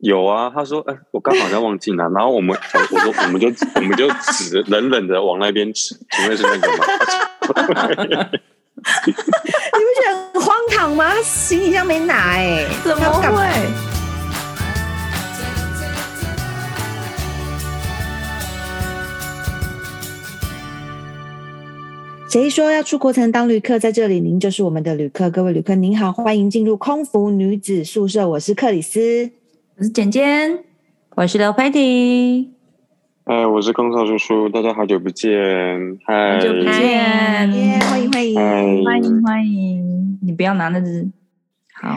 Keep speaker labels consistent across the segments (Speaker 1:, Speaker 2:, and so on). Speaker 1: 有啊，他说：“哎、我刚好在忘记拿。”然后我们，我说，我们就我们就指冷冷的往那边指，请问是那个吗？
Speaker 2: 你不觉得很荒唐吗？他行李箱没拿哎、
Speaker 3: 怎么
Speaker 2: 他不敢
Speaker 3: 会？
Speaker 2: 谁说要出国才能当旅客？在这里，您就是我们的旅客。各位旅客，您好，欢迎进入空服女子宿舍。我是克里斯。
Speaker 3: 我是简简，我是刘佩迪，
Speaker 1: 哎，我是空少叔叔，大家好久不见，嗨，
Speaker 3: 好久不见，
Speaker 2: 耶、欢迎欢
Speaker 1: 嗨
Speaker 2: 迎，
Speaker 3: 欢迎欢迎，你不要拿那只，好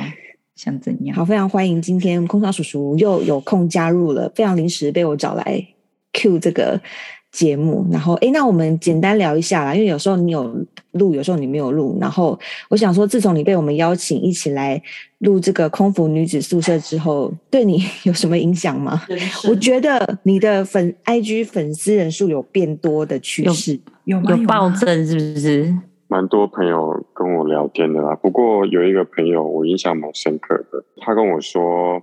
Speaker 3: 想怎样？
Speaker 2: 好，非常欢迎今天空少叔叔又有空加入了，非常临时被我找来 Q 这个节目。然后，诶，那我们简单聊一下啦，因为有时候你有录，有时候你没有录。然后，我想说，自从你被我们邀请一起来录这个空服女子宿舍之后，对你 有什么影响吗？我觉得你的粉 IG 粉丝人数有变多的趋势，
Speaker 3: 有
Speaker 4: 有暴
Speaker 3: 抱着，
Speaker 4: 增是不是？
Speaker 1: 蛮多朋友跟我聊天的啦。不过有一个朋友我印象蛮深刻的，他跟我说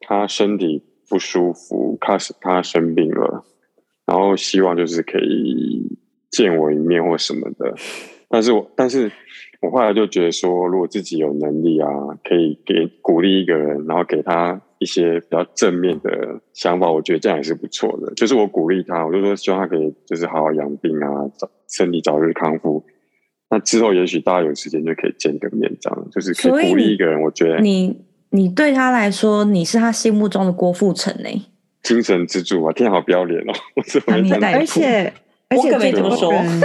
Speaker 1: 他身体不舒服，他是他生病了，然后希望就是可以见我一面或什么的。但是我但是我后来就觉得说，如果自己有能力啊，可以给鼓励一个人，然后给他一些比较正面的想法，我觉得这样也是不错的。就是我鼓励他，我就说希望他可以就是好好养病啊，早身体早日康复。那之后也许大家有时间就可以见个面，这样就是可
Speaker 4: 所以
Speaker 1: 以鼓
Speaker 4: 你
Speaker 1: 励一个人。我觉得
Speaker 4: 你你对他来说，你是他心目中的郭富城哎、
Speaker 1: 精神支柱啊！天啊，好不要脸哦！ 我怎么会这样
Speaker 4: 把你
Speaker 1: 子
Speaker 4: 带
Speaker 1: 哭
Speaker 2: 而且而
Speaker 4: 我
Speaker 2: 且
Speaker 4: 可
Speaker 2: 最
Speaker 4: 没
Speaker 1: 这么
Speaker 2: 多
Speaker 4: 说
Speaker 2: 人，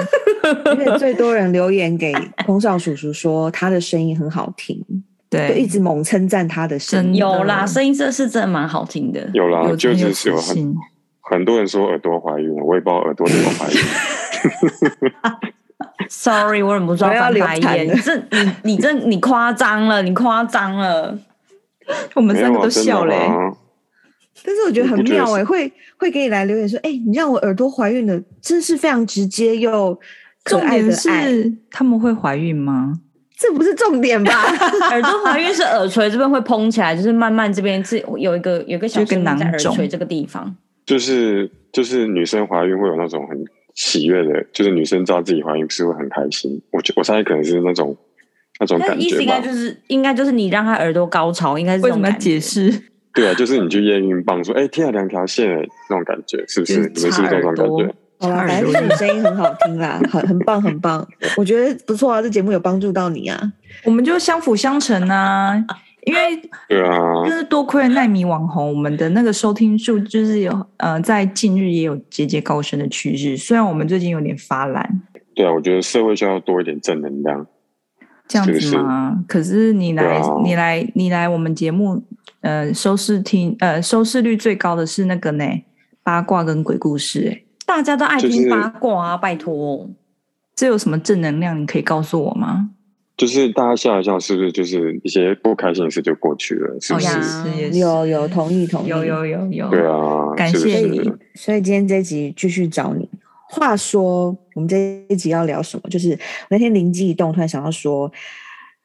Speaker 2: 而且最多人留言给空少叔叔说他的声音很好听，就一
Speaker 3: 对，
Speaker 2: 直猛称赞他的声音。
Speaker 3: 真的
Speaker 4: 有啦，声音这是真的蛮好听的，
Speaker 1: 有啦，就
Speaker 4: 有
Speaker 1: 是是有
Speaker 4: 磁性
Speaker 1: 很很多人说耳朵怀孕了，我也不知道耳朵怎么怀孕。
Speaker 4: Sorry，我忍不住要翻白
Speaker 2: 我要
Speaker 4: 眼，
Speaker 2: 流
Speaker 4: 你这你你这你夸张了，你夸张了，
Speaker 3: 我们
Speaker 1: 没
Speaker 3: 三
Speaker 1: 有
Speaker 3: 个
Speaker 1: 啊
Speaker 3: 都笑嘞、
Speaker 1: 真的吗
Speaker 2: 但是我觉得很
Speaker 1: 你不觉得
Speaker 2: 妙
Speaker 1: 是
Speaker 2: 哎、会会给你来留言说，哎、你让我耳朵怀孕了，真是非常直接又可
Speaker 3: 重
Speaker 2: 爱的
Speaker 3: 点
Speaker 2: 爱。
Speaker 3: 是他们会怀孕吗？
Speaker 2: 这不是重点吧？
Speaker 4: 耳朵怀孕是耳垂这边会嘭起来，就是慢慢这边是有一个有一个小
Speaker 3: 有
Speaker 4: 生
Speaker 3: 一个
Speaker 4: 命在
Speaker 3: 囊
Speaker 4: 耳
Speaker 3: 肿
Speaker 4: 垂这个地方，
Speaker 1: 就是就是女生怀孕会有那种很喜悦的，就是女生知道自己怀孕是会很开心。我觉我猜可能是那种那种
Speaker 4: 那
Speaker 1: 感
Speaker 4: 意思
Speaker 1: 觉
Speaker 4: 应该
Speaker 1: 吧。
Speaker 4: 就是应该就是你让他耳朵高潮，应该是这
Speaker 3: 为什
Speaker 4: 种
Speaker 3: 么要
Speaker 4: 感觉
Speaker 3: 解释？
Speaker 1: 对啊，就是你去验孕棒说，哎、天啊，两条线、欸，那种感觉是不是？
Speaker 3: 就是
Speaker 1: 你们是不
Speaker 3: 插
Speaker 1: 是都有这种
Speaker 3: 耳
Speaker 1: 感
Speaker 3: 朵
Speaker 1: 觉？，
Speaker 2: 好啦，
Speaker 3: 插
Speaker 2: 反
Speaker 3: 耳
Speaker 2: 正
Speaker 3: 朵
Speaker 2: 就是。你声音很好听啦，很很棒很棒，我觉得不错啊，这节目有帮助到你啊。
Speaker 3: 我们就相辅相成 啊。因为
Speaker 1: 对啊
Speaker 3: 就，是多亏了奈米网红，我们的那个收听数就是有呃，在近日也有节节高升的趋势。虽然我们最近有点发懒，
Speaker 1: 对啊，我觉得社会需要多一点正能量。
Speaker 3: 这样
Speaker 1: 是
Speaker 3: 子
Speaker 1: 是
Speaker 3: 吗？可是你来、
Speaker 1: 对啊
Speaker 3: 你来你来我们节目，呃，收视听呃收视率最高的是那个呢八卦跟鬼故事、欸，
Speaker 4: 大家都爱
Speaker 1: 就是
Speaker 4: 听八卦啊，拜托。
Speaker 3: 这有什么正能量？你可以告诉我吗？
Speaker 1: 就是大家笑一笑，是不是就是一些不开心的事就过去了？是不是？
Speaker 4: 呀
Speaker 3: 哦也是也是
Speaker 2: 有有同意同意，
Speaker 3: 有有有有，
Speaker 1: 对啊，
Speaker 3: 感
Speaker 1: 是不
Speaker 3: 谢
Speaker 1: 是
Speaker 3: 你
Speaker 2: 所以今天这一集继续找你。话说，我们这一集要聊什么？就是我那天灵机一动，突然想到说，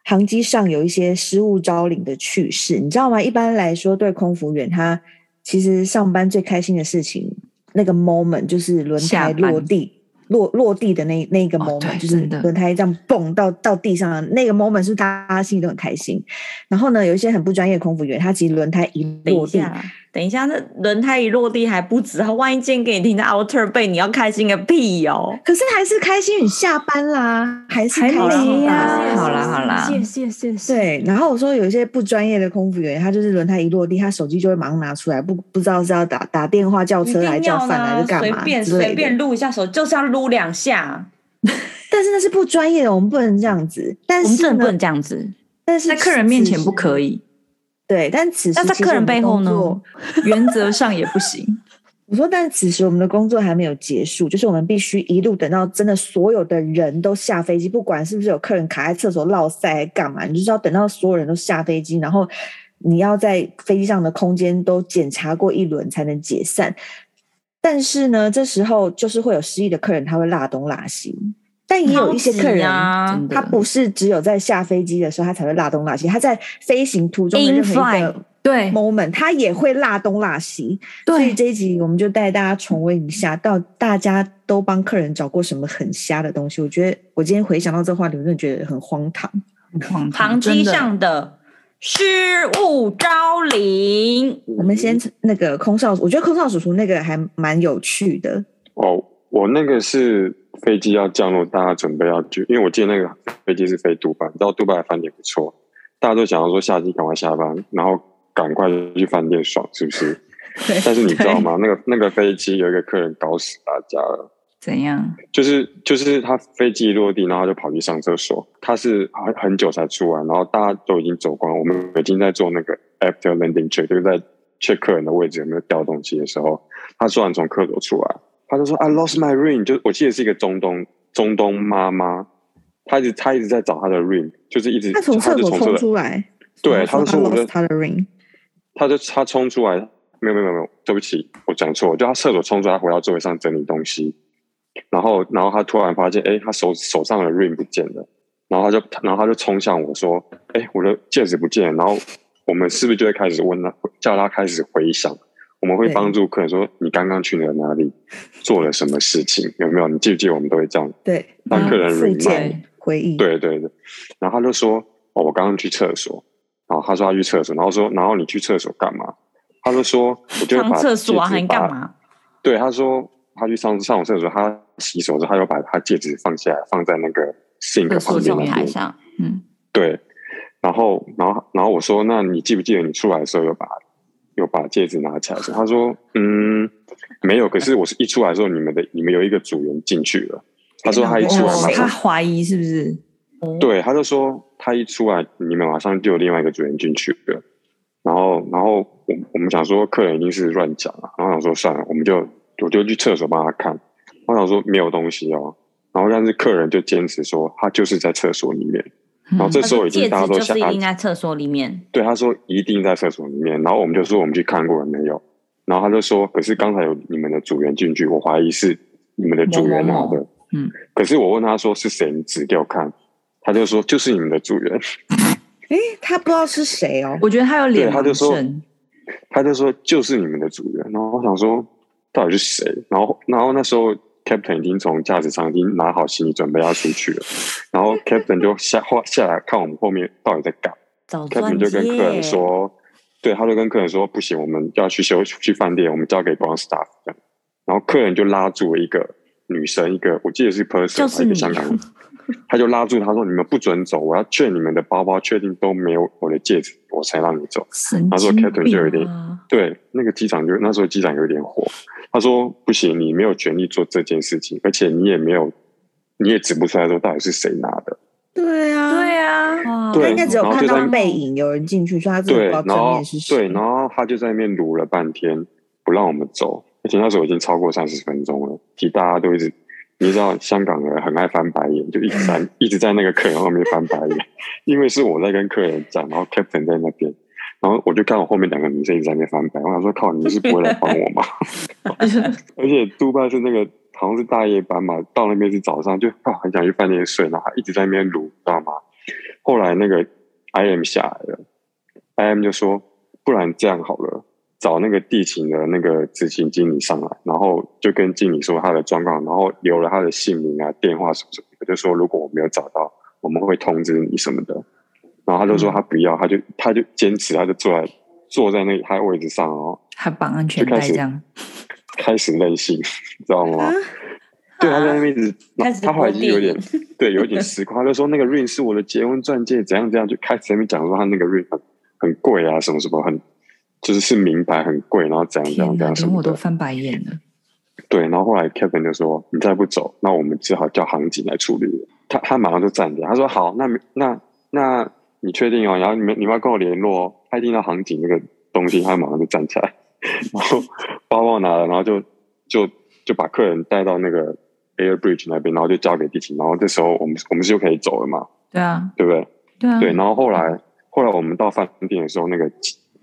Speaker 2: 航机上有一些失物招领的趣事，你知道吗？一般来说，对空服员他其实上班最开心的事情，那个 moment 就是轮胎
Speaker 3: 下班
Speaker 2: 落地。落落地的那那一个
Speaker 3: 哦
Speaker 2: moment，、
Speaker 3: 对
Speaker 2: 就是
Speaker 3: 真的
Speaker 2: 轮胎这样蹦到到地上的那个 moment，是大家心里都很开心。然后呢，有一些很不专业的空服员，他其实轮胎一
Speaker 4: 等
Speaker 2: 落
Speaker 4: 一
Speaker 2: 地，
Speaker 4: 下，等一下，那轮胎一落地还不止，他万一今天给你听到 outer 背，你要开心个屁哦！
Speaker 2: 可是还是开心，你下班啦，还是开
Speaker 3: 还
Speaker 2: 心
Speaker 3: 没呀
Speaker 2: 啦
Speaker 3: 好啦好啦
Speaker 4: 谢谢谢谢。
Speaker 2: 对，然后我说有一些不专业的空服员，他就是轮胎一落地，他手机就会马上拿出来，不不知道是要打打电话叫
Speaker 4: 一
Speaker 2: 车
Speaker 4: 定
Speaker 2: 来叫
Speaker 4: 要
Speaker 2: 饭来
Speaker 4: 啦
Speaker 2: 是干
Speaker 4: 随
Speaker 2: 嘛
Speaker 4: 便
Speaker 2: 之类
Speaker 4: 随
Speaker 2: 的
Speaker 4: 便。撸一下手，就是要撸两下。
Speaker 2: 但是那是不专业的，我们不能这样子。但
Speaker 4: 我们
Speaker 2: 是
Speaker 4: 真的不
Speaker 2: 呢，
Speaker 4: 能这样子，
Speaker 2: 但是
Speaker 3: 在客人面前不可以，
Speaker 2: 对，但此时
Speaker 4: 那在
Speaker 2: 其实
Speaker 4: 客人
Speaker 2: 我们的
Speaker 4: 背后呢
Speaker 2: 工作
Speaker 3: 原则上也不行。
Speaker 2: 我说，但此时我们的工作还没有结束，就是我们必须一路等到真的所有的人都下飞机，不管是不是有客人卡在厕所落塞干嘛，你就是要等到所有人都下飞机，然后你要在飞机上的空间都检查过一轮才能解散。但是呢，这时候就是会有失忆的客人，他会落东落西，但也有一些客人。
Speaker 4: 啊
Speaker 3: 真，的
Speaker 2: 他不是只有在下飞机的时候他才会落东落西，他在飞行途中的
Speaker 4: In
Speaker 2: 任何一
Speaker 4: flight
Speaker 2: 个
Speaker 3: 对
Speaker 2: moment，它也会辣东辣西。所以
Speaker 3: 对
Speaker 2: 这一集我们就带大家重温一下，到大家都帮客人找过什么很瞎的东西。我觉得我今天回想到这话题，我真的觉得很荒唐。
Speaker 1: 嗯
Speaker 3: 荒
Speaker 4: 航
Speaker 3: 唐
Speaker 4: 机
Speaker 3: 真的
Speaker 4: 上的失物招领，
Speaker 2: 我们先那个空少，我觉得空少叔叔那个还蛮有趣的。
Speaker 1: 哦，我那个是飞机要降落，大家准备要去，因为我记得那个飞机是飞杜拜，你知道杜拜的饭店不错，大家都想要说下机赶快下班，然后赶快去饭店爽，是不是？
Speaker 3: 对
Speaker 1: 但是你知道
Speaker 3: 对
Speaker 1: 吗？那个那个飞机有一个客人搞死大家了，
Speaker 3: 怎样？
Speaker 1: 就是就是他飞机一落地，然后他就跑去上厕所，他是很很久才出来，然后大家都已经走光，我们已经在做那个 after landing check，就是在 check 客人的位置有没有掉东西的时候，他突然从厕所出来，他就说 I lost my ring，就我记得是一个中东中东妈妈，她一直她一直在找她的 ring，就是一直
Speaker 2: 他从厕
Speaker 1: 就
Speaker 2: 所
Speaker 1: 从
Speaker 2: 冲
Speaker 1: 厕所，
Speaker 2: 出来，
Speaker 1: 对
Speaker 2: 然后
Speaker 1: 他就说我
Speaker 2: 他
Speaker 1: 的
Speaker 2: lost 他的 ring，
Speaker 1: 她就她冲出来，没有没有没有没有，对不起，我讲错了，就她厕所冲出来，她回到座位上整理东西，然后然后她突然发现，哎，她手手上的 ring 不见了，然后她就然后她就冲向我说，哎，我的戒指不见了，然后我们是不是就会开始问她，叫她开始回想？我们会
Speaker 2: 对
Speaker 1: 帮助客人说你刚刚去了哪里，做了什么事情，有没有？你记不记得我们都会这样
Speaker 2: 对，
Speaker 1: 让客人
Speaker 2: 复
Speaker 1: remind
Speaker 2: 健回忆，，
Speaker 1: 对对对，然后他就说：“哦，我刚刚去厕所。”然后他说他去厕所，然后说：“然后你去厕所干嘛？”他就说：“我就会
Speaker 4: 上
Speaker 1: 把
Speaker 4: 厕所啊，
Speaker 1: 戒指
Speaker 4: 还干
Speaker 1: 拔
Speaker 4: 嘛？
Speaker 1: 对，他说他去上上完厕所，他洗手之后，他又把他戒指放下来，放在那个 sink
Speaker 4: 厕
Speaker 1: 旁
Speaker 4: 所
Speaker 1: 边
Speaker 4: 种
Speaker 1: 那
Speaker 4: 台
Speaker 1: 边。
Speaker 4: 上，
Speaker 3: 嗯，
Speaker 1: 对，然后然后然后我说：“那你记不记得你出来的时候有把有把戒指拿起来？”他说：“嗯，没有。可是我是一出来的时候，你们的你们有一个组员进去了。”他说
Speaker 4: 哎
Speaker 1: 他一出来
Speaker 3: 哦
Speaker 1: 马上
Speaker 3: 他怀疑是不是？
Speaker 1: 对，他就说他一出来，你们马上就有另外一个主人进去了。然后，然后我我们想说客人一定是乱讲啊，然后想说算了，我们就我就去厕所帮他看。我想说没有东西哦，然后但是客人就坚持说他就是在厕所里面。然
Speaker 3: 嗯
Speaker 1: 后这
Speaker 4: 嗯他
Speaker 1: 时候
Speaker 4: 说
Speaker 1: 已经
Speaker 4: 戒
Speaker 1: 大家
Speaker 4: 指
Speaker 1: 都
Speaker 4: 就
Speaker 1: 下
Speaker 4: 是一定在厕所里面，
Speaker 1: 对，他说一定在厕所里面。然后我们就说我们去看过了没有？然后他就说，可是刚才有你们的组员进去，我怀疑是你们的组员拿的。
Speaker 3: 某某某嗯，
Speaker 1: 可是我问他说是谁，你指给我看，他就说就是你们的组员，
Speaker 2: 诶，他不知道是谁哦，
Speaker 3: 我觉得他有脸
Speaker 1: 对他就
Speaker 3: 盲
Speaker 1: 说
Speaker 3: 症，
Speaker 1: 他就说就是你们的组员。然后我想说到底是谁？然后然后那时候 Captain 已经从驾驶舱已经拿好行李准备要出去了，然后 Captain 就下后下来看我们后面到底在干嘛。
Speaker 4: 找
Speaker 1: Captain
Speaker 4: 钻
Speaker 1: 就跟客人
Speaker 4: 戒。
Speaker 1: 说，对，他就跟客人说，不行，我们要去休去饭店，我们交给 Brown staff 这样。然后客人就拉住了一个女生，一个我记得是 person，
Speaker 4: 就是
Speaker 1: 一
Speaker 4: 你
Speaker 1: 个香港人，他就拉住他说：“你们不准走，我要劝你们的包包，确定都没有我的戒指，我才让你走。”
Speaker 3: 神
Speaker 1: 他说
Speaker 3: 经
Speaker 1: Captain 就有
Speaker 3: 病
Speaker 1: 点
Speaker 4: 啊
Speaker 1: 对，那个机长就那时候机长有点火，他说：“不行，你没有权利做这件事情，而且你也没有，你也指不出来说到底是谁拿的。
Speaker 2: 对啊，
Speaker 3: 对啊，
Speaker 4: 哇
Speaker 1: 对
Speaker 2: 他应该只有
Speaker 1: 然后
Speaker 2: 看
Speaker 1: 就在
Speaker 2: 到背 影有人进去，所以他真的
Speaker 1: 对，
Speaker 2: 不知道
Speaker 1: 然
Speaker 2: 正
Speaker 1: 后
Speaker 2: 面是谁。
Speaker 1: 对，然后他就在那边撸了半天，不让我们走，而且那时候已经超过三十分钟了，其实大家都一直，你知道香港人很爱翻白眼，就一直 在一直在那个客人后面翻白眼，因为是我在跟客人讲，然后 Captain 在那边。然后我就看我后面两个女生一直在那边翻白，我想说靠，你们是不会来帮我吗？而且杜拜是那个好像是大夜班嘛，到那边是早上，就啊很想去饭店睡，然后还一直在那边撸，知道吗？后来那个 I M 下来了，I M 就说，不然这样好了，找那个地勤的那个执行经理上来，然后就跟经理说他的状况，然后留了他的姓名啊、电话什么什么的，就说如果我没有找到，我们会通知你什么的。然后他就说他不要，他就他就坚持，他就坐在坐在那个他的位置上哦，
Speaker 3: 还绑安全
Speaker 1: 就
Speaker 3: 带
Speaker 1: 开始
Speaker 3: 这样，
Speaker 1: 开始任性， 你知道吗？
Speaker 2: 啊
Speaker 1: 对，他在那边一直，
Speaker 4: 开
Speaker 1: 然后
Speaker 4: 始
Speaker 1: 他后来就有点
Speaker 4: 否
Speaker 1: 对，有点失控，他就说那个 ring 是我的结婚钻戒，怎样怎样，就开始在那边讲说他那个 ring 很很贵啊，什么什么很，就是是名牌很贵，然后怎样怎
Speaker 3: 天
Speaker 1: 样怎
Speaker 3: 哪，
Speaker 1: 样什
Speaker 3: 连
Speaker 1: 么
Speaker 3: 我都
Speaker 1: 的。
Speaker 3: 翻白眼了。
Speaker 1: 对，然后后来 Kevin 就说你再不走，那我们只好叫航警来处理了。他他马上就站点，他说好，那那那你确定哦？然后你们你们要跟我联络哦。他一听到航警那个东西，他马上就站起来，然后包包拿了，然后就就就把客人带到那个 Air Bridge 那边，然后就交给地勤，然后这时候我们我们就可以走了嘛，
Speaker 3: 对啊，
Speaker 1: 对不对？
Speaker 3: 对
Speaker 2: 嗯
Speaker 3: 啊，
Speaker 1: 对，然后后来后来我们到饭店的时候，那个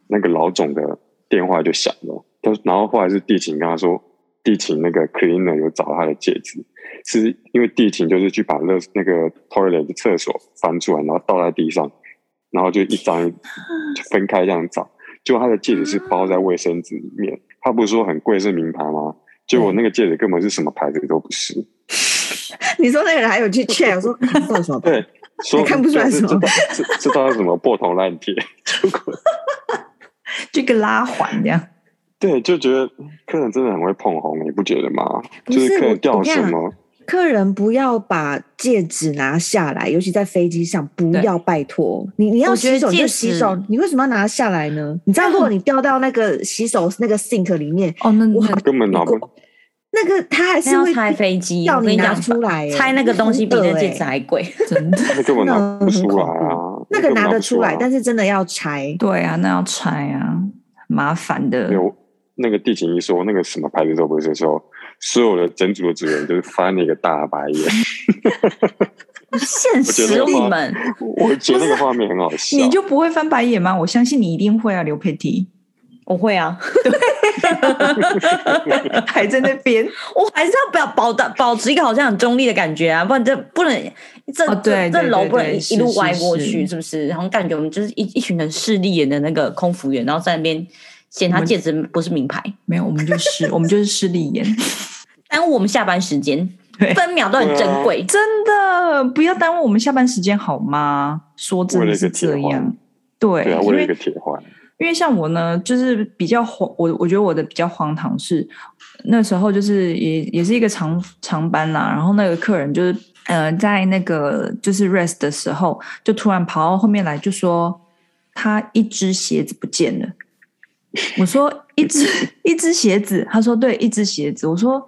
Speaker 1: 那个老总的电话就响了，他然后后来是地勤跟他说，地勤那个 cleaner 有找他的戒指，是因为地勤就是去把那那个 toilet 的厕所翻出来，然后倒在地上，然后就一张就分开这样找，结果他的戒指是包在卫生纸里面。他不是说很贵是名牌吗？结果那个戒指根本是什么牌子都不是。
Speaker 2: 你说那个人还有去 check，我说嗯 算什么？
Speaker 1: 对，说
Speaker 2: 看不出来
Speaker 1: 就是
Speaker 2: 什么
Speaker 1: 知道知知道是什么破铜烂铁，结果
Speaker 3: 这个拉环这样。
Speaker 1: 对就觉得客人真的很会捧红，你不觉得吗？
Speaker 2: 不
Speaker 1: 就是客
Speaker 2: 我
Speaker 1: 人掉
Speaker 2: 我跟你
Speaker 1: 什
Speaker 2: 讲
Speaker 1: 么，
Speaker 2: 客人不要把戒指拿下来，尤其在飞机上，不
Speaker 3: 对
Speaker 2: 要拜托你。你要
Speaker 4: 我觉
Speaker 2: 洗
Speaker 4: 得
Speaker 2: 手
Speaker 4: 戒
Speaker 2: 就
Speaker 4: 指
Speaker 2: 洗手，你为什么要拿下来呢？你知道，如果你掉到那个洗手那个 sink 里面，
Speaker 3: 哦，那
Speaker 2: 哇
Speaker 3: 那
Speaker 1: 根本拿不
Speaker 2: 那个它还是
Speaker 4: 那
Speaker 2: 会
Speaker 4: 要拆飞机，
Speaker 2: 要
Speaker 4: 我跟
Speaker 2: 你拿
Speaker 4: 讲，
Speaker 2: 出来、欸，
Speaker 4: 拆那个东西比那戒指
Speaker 2: 真的欸
Speaker 4: 还贵。
Speaker 3: 真的
Speaker 1: 那根本拿不出来啊，
Speaker 2: 那个
Speaker 1: 根本
Speaker 2: 拿得
Speaker 1: 不啊
Speaker 2: 出来，但
Speaker 1: 是
Speaker 2: 是真的要拆。
Speaker 3: 对啊，那要拆啊，麻烦的。
Speaker 1: 有那个地勤一说那个什么牌子都不是的时候，所有的整组的职员就是翻了一个大白 眼。
Speaker 4: 现实
Speaker 1: 我觉得
Speaker 4: 你们，
Speaker 1: 我觉得那个画面很好笑，
Speaker 3: 你就不会翻白眼吗？我相信你一定会啊，刘 佩蒂
Speaker 4: 我会啊，
Speaker 3: 还在那 边
Speaker 4: 我还是要表保的保持一个好像很中立的感觉啊，不然这不能这、
Speaker 3: 哦对
Speaker 4: 这这
Speaker 3: 对
Speaker 4: 楼
Speaker 3: 对
Speaker 4: 不能
Speaker 3: 对
Speaker 4: 一
Speaker 3: 是
Speaker 4: 一路
Speaker 3: 是
Speaker 4: 歪过
Speaker 3: 是
Speaker 4: 去，是不是？然后感觉我们就是一一群很势利眼的那个空服员，然后在那边嫌他
Speaker 3: 我们
Speaker 4: 戒指不是名牌，
Speaker 3: 没有，我们就是我们就是势 利眼，
Speaker 4: 耽误我们下班时间
Speaker 3: 对，
Speaker 4: 分秒都很珍贵。
Speaker 3: 真的不要耽误我们下班时间好吗？说真
Speaker 1: 为
Speaker 3: 的
Speaker 1: 了一
Speaker 3: 是
Speaker 1: 个铁
Speaker 3: 这样
Speaker 1: 环，
Speaker 3: 对，
Speaker 1: 对啊，
Speaker 3: 因
Speaker 1: 为了
Speaker 3: 为
Speaker 1: 一个铁环，
Speaker 3: 因为像我呢，就是比较荒，我我觉得我的比较荒唐是，那时候就是也也是一个长长班啦，然后那个客人就是呃在那个就是 rest 的时候，就突然跑到后面来就说他一只鞋子不见了。我说一只一只鞋子，他说对，一只鞋子。我说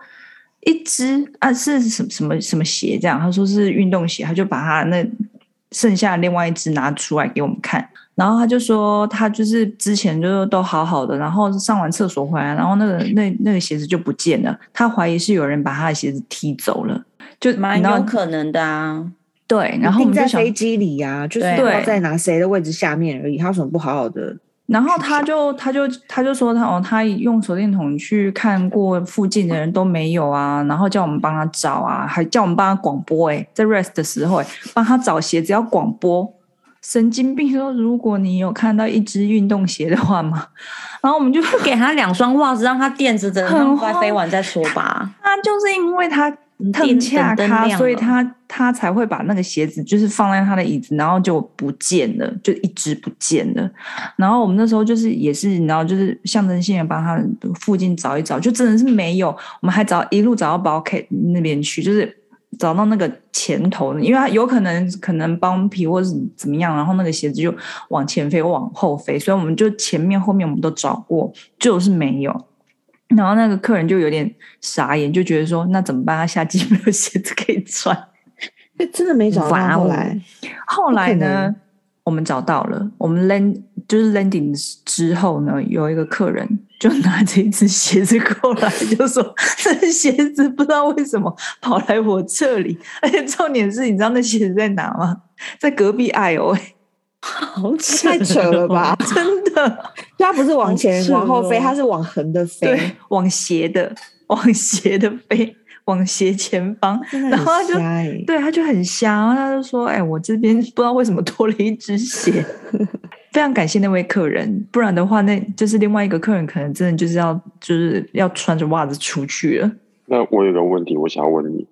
Speaker 3: 一只啊是什么什么什么鞋这样？他说是运动鞋，他就把他那剩下的另外一只拿出来给我们看。然后他就说他就是之前就是都好好的，然后上完厕所回来，然后那个那那个鞋子就不见了，他怀疑是有人把他的鞋子踢走了，就
Speaker 4: 蛮
Speaker 3: 然后
Speaker 4: 有可能的啊，
Speaker 3: 对，然后我
Speaker 2: 定
Speaker 3: 们
Speaker 2: 在
Speaker 3: 就想
Speaker 2: 飞机里呀、就是
Speaker 4: 对
Speaker 2: 不知道在拿谁的位置下面而已，他有什么不好好的？
Speaker 3: 然后他就他就他就说他哦，他用手电筒去看过附近的人都没有啊，然后叫我们帮他找啊，还叫我们帮他广播哎、在 rest 的时候哎、帮他找鞋子要广播，神经病说如果你有看到一只运动鞋的话嘛，然后我们就
Speaker 4: 就给他两双袜子，让他垫着的，
Speaker 3: 很
Speaker 4: 让他
Speaker 3: 荒
Speaker 4: 飞完再说吧。
Speaker 3: 他就是因为他
Speaker 4: 电
Speaker 3: 腾恰
Speaker 4: 灯
Speaker 3: 咖，
Speaker 4: 亮
Speaker 3: 所以
Speaker 4: 了
Speaker 3: 他他才会把那个鞋子就是放在他的椅子，然后就不见了，就一只不见了。然后我们那时候就是也是，然后就是象征性的帮他附近找一找，就真的是没有。我们还找一路找到宝 K 那边去，就是找到那个前头，因为他有可能可能帮皮或是怎么样，然后那个鞋子就往前飞往后飞，所以我们就前面后面我们都找过，就是没有。然后那个客人就有点傻眼，就觉得说那怎么办？他下机没有鞋子可以穿。
Speaker 2: 真的没找
Speaker 3: 哇
Speaker 4: 啊
Speaker 2: 到
Speaker 3: 哦
Speaker 2: 后来，
Speaker 3: 后来
Speaker 2: 不可
Speaker 3: 呢
Speaker 2: 能，
Speaker 3: 我们找到了，我们 land 就是 landing 之后呢，有一个客人就拿着一只鞋子过来，就说这鞋子不知道为什么跑来我这里，而且重点是，你知道那鞋子在哪吗？在隔壁爱哦、
Speaker 4: 好
Speaker 2: 太扯了 吧？
Speaker 3: 真的，
Speaker 2: 他不是往前
Speaker 4: 好扯哦
Speaker 2: 往后飞，他是往横的
Speaker 3: 对
Speaker 2: 飞，，
Speaker 3: 往斜的，往斜的飞，往斜前方，
Speaker 2: 真的
Speaker 3: 然后他
Speaker 2: 很
Speaker 3: 就
Speaker 2: 瞎
Speaker 4: 欸
Speaker 2: 哎。
Speaker 3: 对，他就很瞎，然后他就说：“哎、我这边 不知道为什么多了一只鞋。” 非常感谢那位客人，不然的话，那就是另外一个客人可能真的就是要就是要穿着袜子出去了。
Speaker 1: 那我有个问题，我想要问你，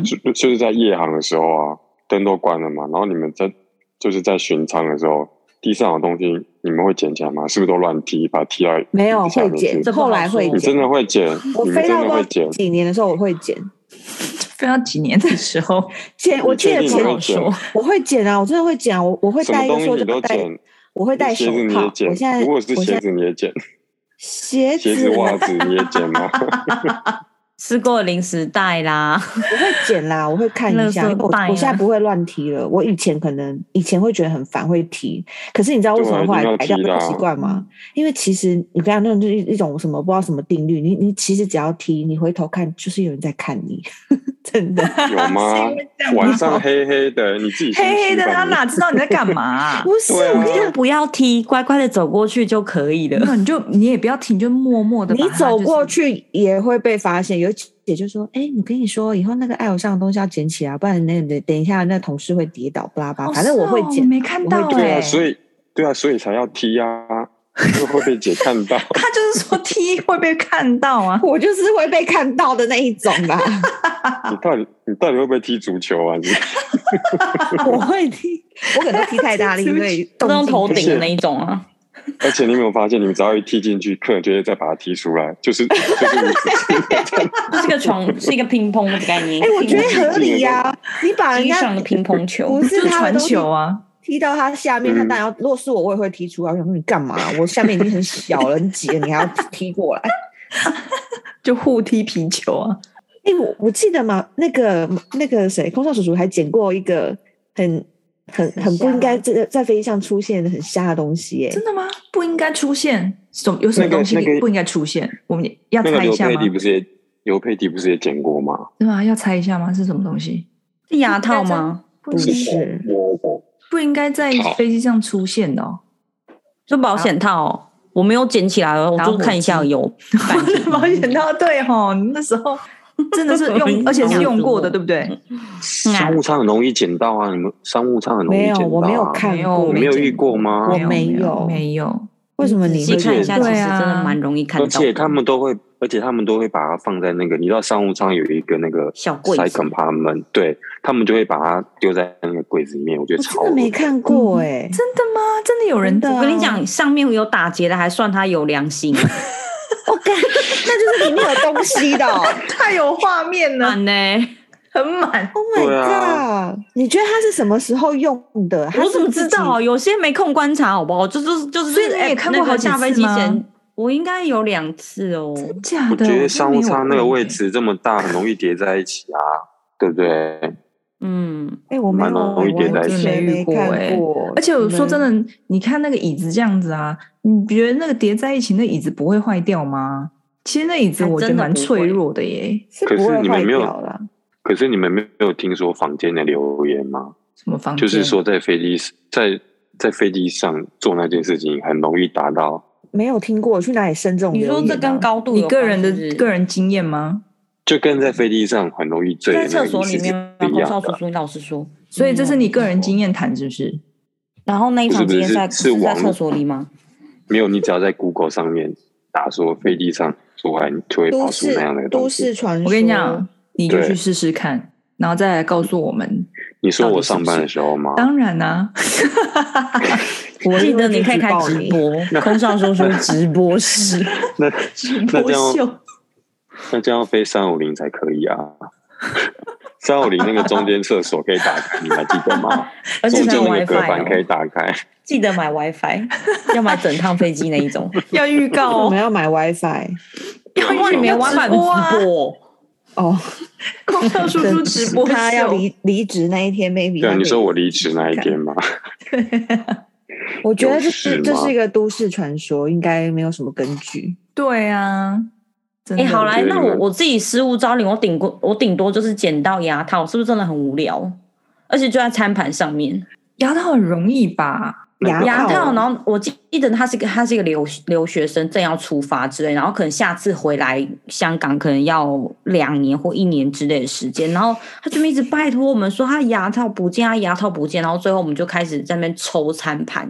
Speaker 3: 嗯
Speaker 1: 就就是在夜航的时候啊，灯都关了嘛，然后你们在就是在巡舱的时候，地上的东西你们会捡起来吗？是不是都乱踢，把它踢到
Speaker 2: 没有
Speaker 1: 下
Speaker 2: 会
Speaker 1: 面
Speaker 2: 捡
Speaker 1: 去，
Speaker 4: 这不好
Speaker 2: 后来会
Speaker 4: 说
Speaker 1: 你真
Speaker 2: 捡。
Speaker 1: 的会捡？
Speaker 2: 我
Speaker 1: 你
Speaker 2: 飞
Speaker 1: 们真
Speaker 2: 到
Speaker 1: 的
Speaker 2: 不
Speaker 1: 会
Speaker 2: 知道
Speaker 1: 捡？
Speaker 2: 几年的时候，我会捡
Speaker 3: 飞到几年的 时候，
Speaker 2: 捡。我
Speaker 1: 你
Speaker 2: 记
Speaker 1: 确
Speaker 2: 得
Speaker 1: 定
Speaker 2: 前
Speaker 1: 你会捡？
Speaker 3: 不好说
Speaker 2: 我会捡啊，我真的会捡啊，我我会
Speaker 1: 什么
Speaker 2: 戴一个
Speaker 1: 东西
Speaker 2: 塑
Speaker 1: 你
Speaker 2: 胶
Speaker 1: 都
Speaker 2: 袋，
Speaker 1: 捡？
Speaker 2: 我会戴
Speaker 1: 鞋
Speaker 2: 手
Speaker 1: 子你也
Speaker 2: 套。我
Speaker 1: 捡
Speaker 2: 现在，
Speaker 1: 如果是
Speaker 2: 我
Speaker 1: 鞋
Speaker 2: 现在
Speaker 1: 子你也捡，
Speaker 2: 鞋
Speaker 1: 鞋
Speaker 2: 子
Speaker 1: 子袜子你也捡吗？
Speaker 4: 吃过零食袋啦，
Speaker 2: 我会捡啦，我会看一下。
Speaker 4: 垃圾
Speaker 2: 因为我
Speaker 4: 袋啊
Speaker 2: 我现在不会乱踢了，我以前可能以前会觉得很烦，会踢。可是你知道为什么
Speaker 1: 对啊
Speaker 2: 后来
Speaker 1: 一定要
Speaker 2: 改掉
Speaker 1: 踢
Speaker 2: 这
Speaker 1: 的啊
Speaker 2: 个习惯吗？因为其实你刚刚那种就是一种什么不知道什么定律，你你其实只要踢，你回头看就是有人在看你， 真的。
Speaker 1: 有吗
Speaker 3: 是因为这样？吗
Speaker 1: 晚上黑黑的，你自己心虚吧
Speaker 3: 黑黑的，他
Speaker 1: 你
Speaker 3: 哪知道你在干嘛 啊、
Speaker 2: 不是，
Speaker 1: 对啊
Speaker 2: 我跟你
Speaker 4: 就不要踢，乖乖的走过去就可以
Speaker 3: 没
Speaker 4: 了。
Speaker 3: 有，你就你也不要停，你就默默的、
Speaker 2: 你走过，去也会被发现。有姐就说：“哎、我跟你说，以后那个爱偶像的东西要捡起来，不然那等等一下那同事会跌倒，巴拉巴拉。
Speaker 3: 哦
Speaker 2: 反正我会
Speaker 3: 是哦
Speaker 2: 捡。
Speaker 3: 没看到
Speaker 2: 我会
Speaker 3: 哎、
Speaker 1: 对啊，所以对啊，所以才要踢啊。因为会被姐看到。
Speaker 3: 他就是说 T 会被看到啊，
Speaker 2: 我就是会被看到的那一种吧。
Speaker 1: 你到底你到底会不会踢足球啊？你
Speaker 4: 我会听，
Speaker 2: 我可能踢太 大力，因为
Speaker 4: 那种头
Speaker 2: 动
Speaker 4: 顶的那一种啊。
Speaker 1: 而且你有没有发现，你们只要一踢进去，客人就会再把它踢出来，就是就是 如此。
Speaker 4: 这是个床，是一个乒乓的概念。
Speaker 2: 哎、我觉得合理呀、你把人
Speaker 4: 机
Speaker 2: 家
Speaker 4: 上的乒乓球
Speaker 2: 不，是
Speaker 3: 就是
Speaker 2: 他的
Speaker 3: 传
Speaker 2: 东西
Speaker 3: 球啊。
Speaker 2: 踢到他下面，他
Speaker 1: 嗯
Speaker 2: 当然要。如果是我，我也会踢出来。我想说你干嘛？我下面已经很小了，很挤了，你还要踢过来？
Speaker 3: 就互踢皮球啊，
Speaker 2: 哎、我我记得嘛，那个那个谁，空少叔叔还捡过一个很很很不应该在在飞机上出现的很瞎的东西、耶。
Speaker 3: 真的吗？不应该出现，什么有什么
Speaker 1: 那个
Speaker 3: 东西
Speaker 1: 那个
Speaker 3: 不应该出现？我们要
Speaker 1: 那个
Speaker 3: 猜一
Speaker 1: 刘
Speaker 3: 下
Speaker 1: 佩
Speaker 3: 吗
Speaker 1: 迪？不是也刘佩迪不是也剪过吗？
Speaker 3: 对啊，要猜一下吗？是什么东西？
Speaker 4: 是牙套吗？
Speaker 3: 不
Speaker 2: 不
Speaker 3: 应该
Speaker 2: 是，
Speaker 3: 不应该在
Speaker 1: 好
Speaker 3: 飞机上出现的哦。
Speaker 4: 就保险套哦、我没有捡起来哦，我
Speaker 3: 打火
Speaker 4: 就看一下
Speaker 3: 机
Speaker 4: 有版 权。
Speaker 3: 保险套对吼，你那时候真的是 用，而且是用过的，对不对？
Speaker 4: 嗯
Speaker 1: 商务舱很容易捡到啊！你们商务舱很容易
Speaker 2: 嗯没
Speaker 1: 捡到、
Speaker 2: 有，
Speaker 1: 啊。
Speaker 2: 我没有，看
Speaker 3: 没有
Speaker 2: 过
Speaker 1: 你。没有遇过吗
Speaker 2: 我？
Speaker 3: 没
Speaker 2: 没有
Speaker 3: 没有。
Speaker 2: 为什么你
Speaker 4: 仔
Speaker 2: 会
Speaker 4: 细看一下，
Speaker 1: 而
Speaker 4: 其
Speaker 1: 且
Speaker 4: 实
Speaker 3: 对
Speaker 4: 真
Speaker 3: 啊
Speaker 4: 的蛮容易看
Speaker 1: 而
Speaker 4: 到的。
Speaker 1: 且他们都会，而且他们都会把它放在那个，你知道商务舱有一个那个
Speaker 4: 小柜子
Speaker 1: side compartment，对他们就会把它丢在那个柜子里面。我觉
Speaker 2: 我
Speaker 1: 得
Speaker 2: 真
Speaker 1: 超
Speaker 2: 的没看过哎、
Speaker 3: 真的吗？真的有啊人
Speaker 2: 真的
Speaker 4: 我跟你讲，上面有打结的，还算他有良 心，
Speaker 2: 我干，那就是里面有东西 的哦、
Speaker 3: 太有画面了，
Speaker 4: 满呢、
Speaker 3: 很满。
Speaker 2: Oh my
Speaker 1: 对
Speaker 2: god！、
Speaker 1: 啊
Speaker 2: 你觉得它是什么时候用的？它
Speaker 4: 我
Speaker 2: 是
Speaker 4: 怎么知
Speaker 2: 自己
Speaker 4: 道？？有些没空观察，好不好？就就是就是，
Speaker 3: 所以你也
Speaker 4: 哎
Speaker 3: 看过
Speaker 4: 那个
Speaker 3: 好几
Speaker 4: 下飞机
Speaker 3: 次吗
Speaker 4: 前，我应该有两次哦。
Speaker 3: 假
Speaker 1: 我
Speaker 3: 的，
Speaker 1: 觉得
Speaker 3: 真
Speaker 1: 商务
Speaker 3: 没有
Speaker 1: 舱那个
Speaker 3: 问
Speaker 1: 位
Speaker 3: 欸，
Speaker 1: 置这么大，很容易叠在一起啊，对不对？
Speaker 4: 嗯，
Speaker 2: 哎、我没
Speaker 1: 蛮
Speaker 2: 有，
Speaker 1: 容易
Speaker 2: 我
Speaker 1: 点在一
Speaker 2: 完
Speaker 1: 起
Speaker 2: 全没
Speaker 3: 没遇过哎
Speaker 2: 看过。
Speaker 3: 而且我说真
Speaker 2: 你们，
Speaker 3: 的，你看那个椅子这样子啊，你觉得那个叠在一起，那椅子不会坏掉吗？其实那椅子
Speaker 4: 还
Speaker 3: 我觉得
Speaker 4: 真的
Speaker 3: 蛮
Speaker 4: 不
Speaker 3: 脆
Speaker 4: 会
Speaker 3: 弱的耶。
Speaker 2: 是
Speaker 1: 可
Speaker 2: 不
Speaker 1: 是
Speaker 2: 会
Speaker 1: 你们
Speaker 2: 坏
Speaker 1: 没有
Speaker 2: 掉啦。
Speaker 1: 可是你们没有听说房间的留言吗？
Speaker 3: 什么房间？
Speaker 1: 就是说在飞机在在飞机上做那件事情，很容易达到。
Speaker 2: 没有听过，去哪里生这
Speaker 3: 哦
Speaker 2: 种
Speaker 4: 你
Speaker 2: 留
Speaker 4: 说
Speaker 2: 言啊、
Speaker 4: 这跟高度
Speaker 3: 你
Speaker 4: 有
Speaker 3: 个
Speaker 4: 关
Speaker 3: 人
Speaker 4: 是不
Speaker 3: 的
Speaker 4: 是
Speaker 3: 个人经验吗？
Speaker 1: 就跟在飞机上很容易醉的
Speaker 4: 在
Speaker 1: 那个
Speaker 4: 厕所
Speaker 1: 意
Speaker 4: 里
Speaker 1: 思
Speaker 4: 面
Speaker 1: 是
Speaker 4: 然
Speaker 1: 一
Speaker 4: 后
Speaker 1: 样
Speaker 4: 少
Speaker 1: 的啊
Speaker 4: 叔。叔老师说，
Speaker 3: 所以这是你个人
Speaker 4: 验。
Speaker 3: 经验谈，是不是？
Speaker 4: 然后那一场
Speaker 1: 不是
Speaker 4: 经验
Speaker 1: 不是
Speaker 4: 在
Speaker 1: 是
Speaker 4: 是在
Speaker 1: 网
Speaker 4: 厕所里吗？
Speaker 1: 没有，你只要在 Google 上面打说飞机上做爱，你就会跑
Speaker 2: 都
Speaker 1: 出那样的
Speaker 2: 市
Speaker 1: 东
Speaker 2: 都
Speaker 1: 西。
Speaker 2: 市传说？
Speaker 3: 我跟你讲，，你就
Speaker 1: 对
Speaker 3: 去试试看，然后再来告诉我们。
Speaker 1: 你说我上班的时候吗？
Speaker 3: 当然啊啦、
Speaker 2: 我
Speaker 4: 记
Speaker 2: 一定
Speaker 4: 得
Speaker 2: 会去
Speaker 4: 你可以
Speaker 2: 举
Speaker 4: 开
Speaker 2: 报
Speaker 4: 直
Speaker 2: 你。
Speaker 4: 播， 空少叔叔直播室，
Speaker 1: 那 那这
Speaker 3: 优
Speaker 1: 样
Speaker 3: 秀。
Speaker 1: 那这样要飞三五零才可以啊。三五零那个中间厕所可以打开，你还记得吗？
Speaker 4: 而且
Speaker 1: 中
Speaker 4: 是
Speaker 1: 间
Speaker 4: 有
Speaker 1: 那个
Speaker 4: WiFi
Speaker 1: 隔板可以
Speaker 4: 哦。
Speaker 1: 打开，
Speaker 4: 记得买 WiFi，要 买整趟飞机那一 种。
Speaker 3: 要预告
Speaker 2: 我们
Speaker 3: 哦，
Speaker 2: 要买 WiFi
Speaker 3: 要
Speaker 4: 哇，你
Speaker 3: 预
Speaker 4: 没
Speaker 3: 告
Speaker 4: 玩版
Speaker 3: 直播啊！
Speaker 4: 直播哦，
Speaker 2: 哦，
Speaker 3: 空少叔叔直播秀，
Speaker 2: 他要离离职那一天，maybe
Speaker 1: 对啊，
Speaker 2: 他
Speaker 1: 你
Speaker 2: 可以
Speaker 1: 说我离职那一天吗？
Speaker 2: 我觉得
Speaker 1: 有
Speaker 2: 这
Speaker 1: 事
Speaker 2: 是这
Speaker 1: 吗
Speaker 2: 是一个都市传说，应该没有什么根据。
Speaker 3: 对啊，真的
Speaker 4: 哎，好来，
Speaker 1: 觉得
Speaker 4: 那
Speaker 1: 你
Speaker 4: 我
Speaker 1: 们
Speaker 4: 我自己失物招领，我顶过，我顶多就是捡到牙套，是不是真的很无聊？而且就在餐盘上面，
Speaker 3: 牙套很容易吧？
Speaker 1: 那个
Speaker 2: 牙
Speaker 4: 牙
Speaker 2: 套
Speaker 4: 套。哦然后我记记得他是个他是一个留留学生，正要出发之类，然后可能下次回来香港可能要两年或一年之类的时间，然后他这边一直拜托我们说他牙套不见，他牙套不见，然后最后我们就开始在那边抽餐盘，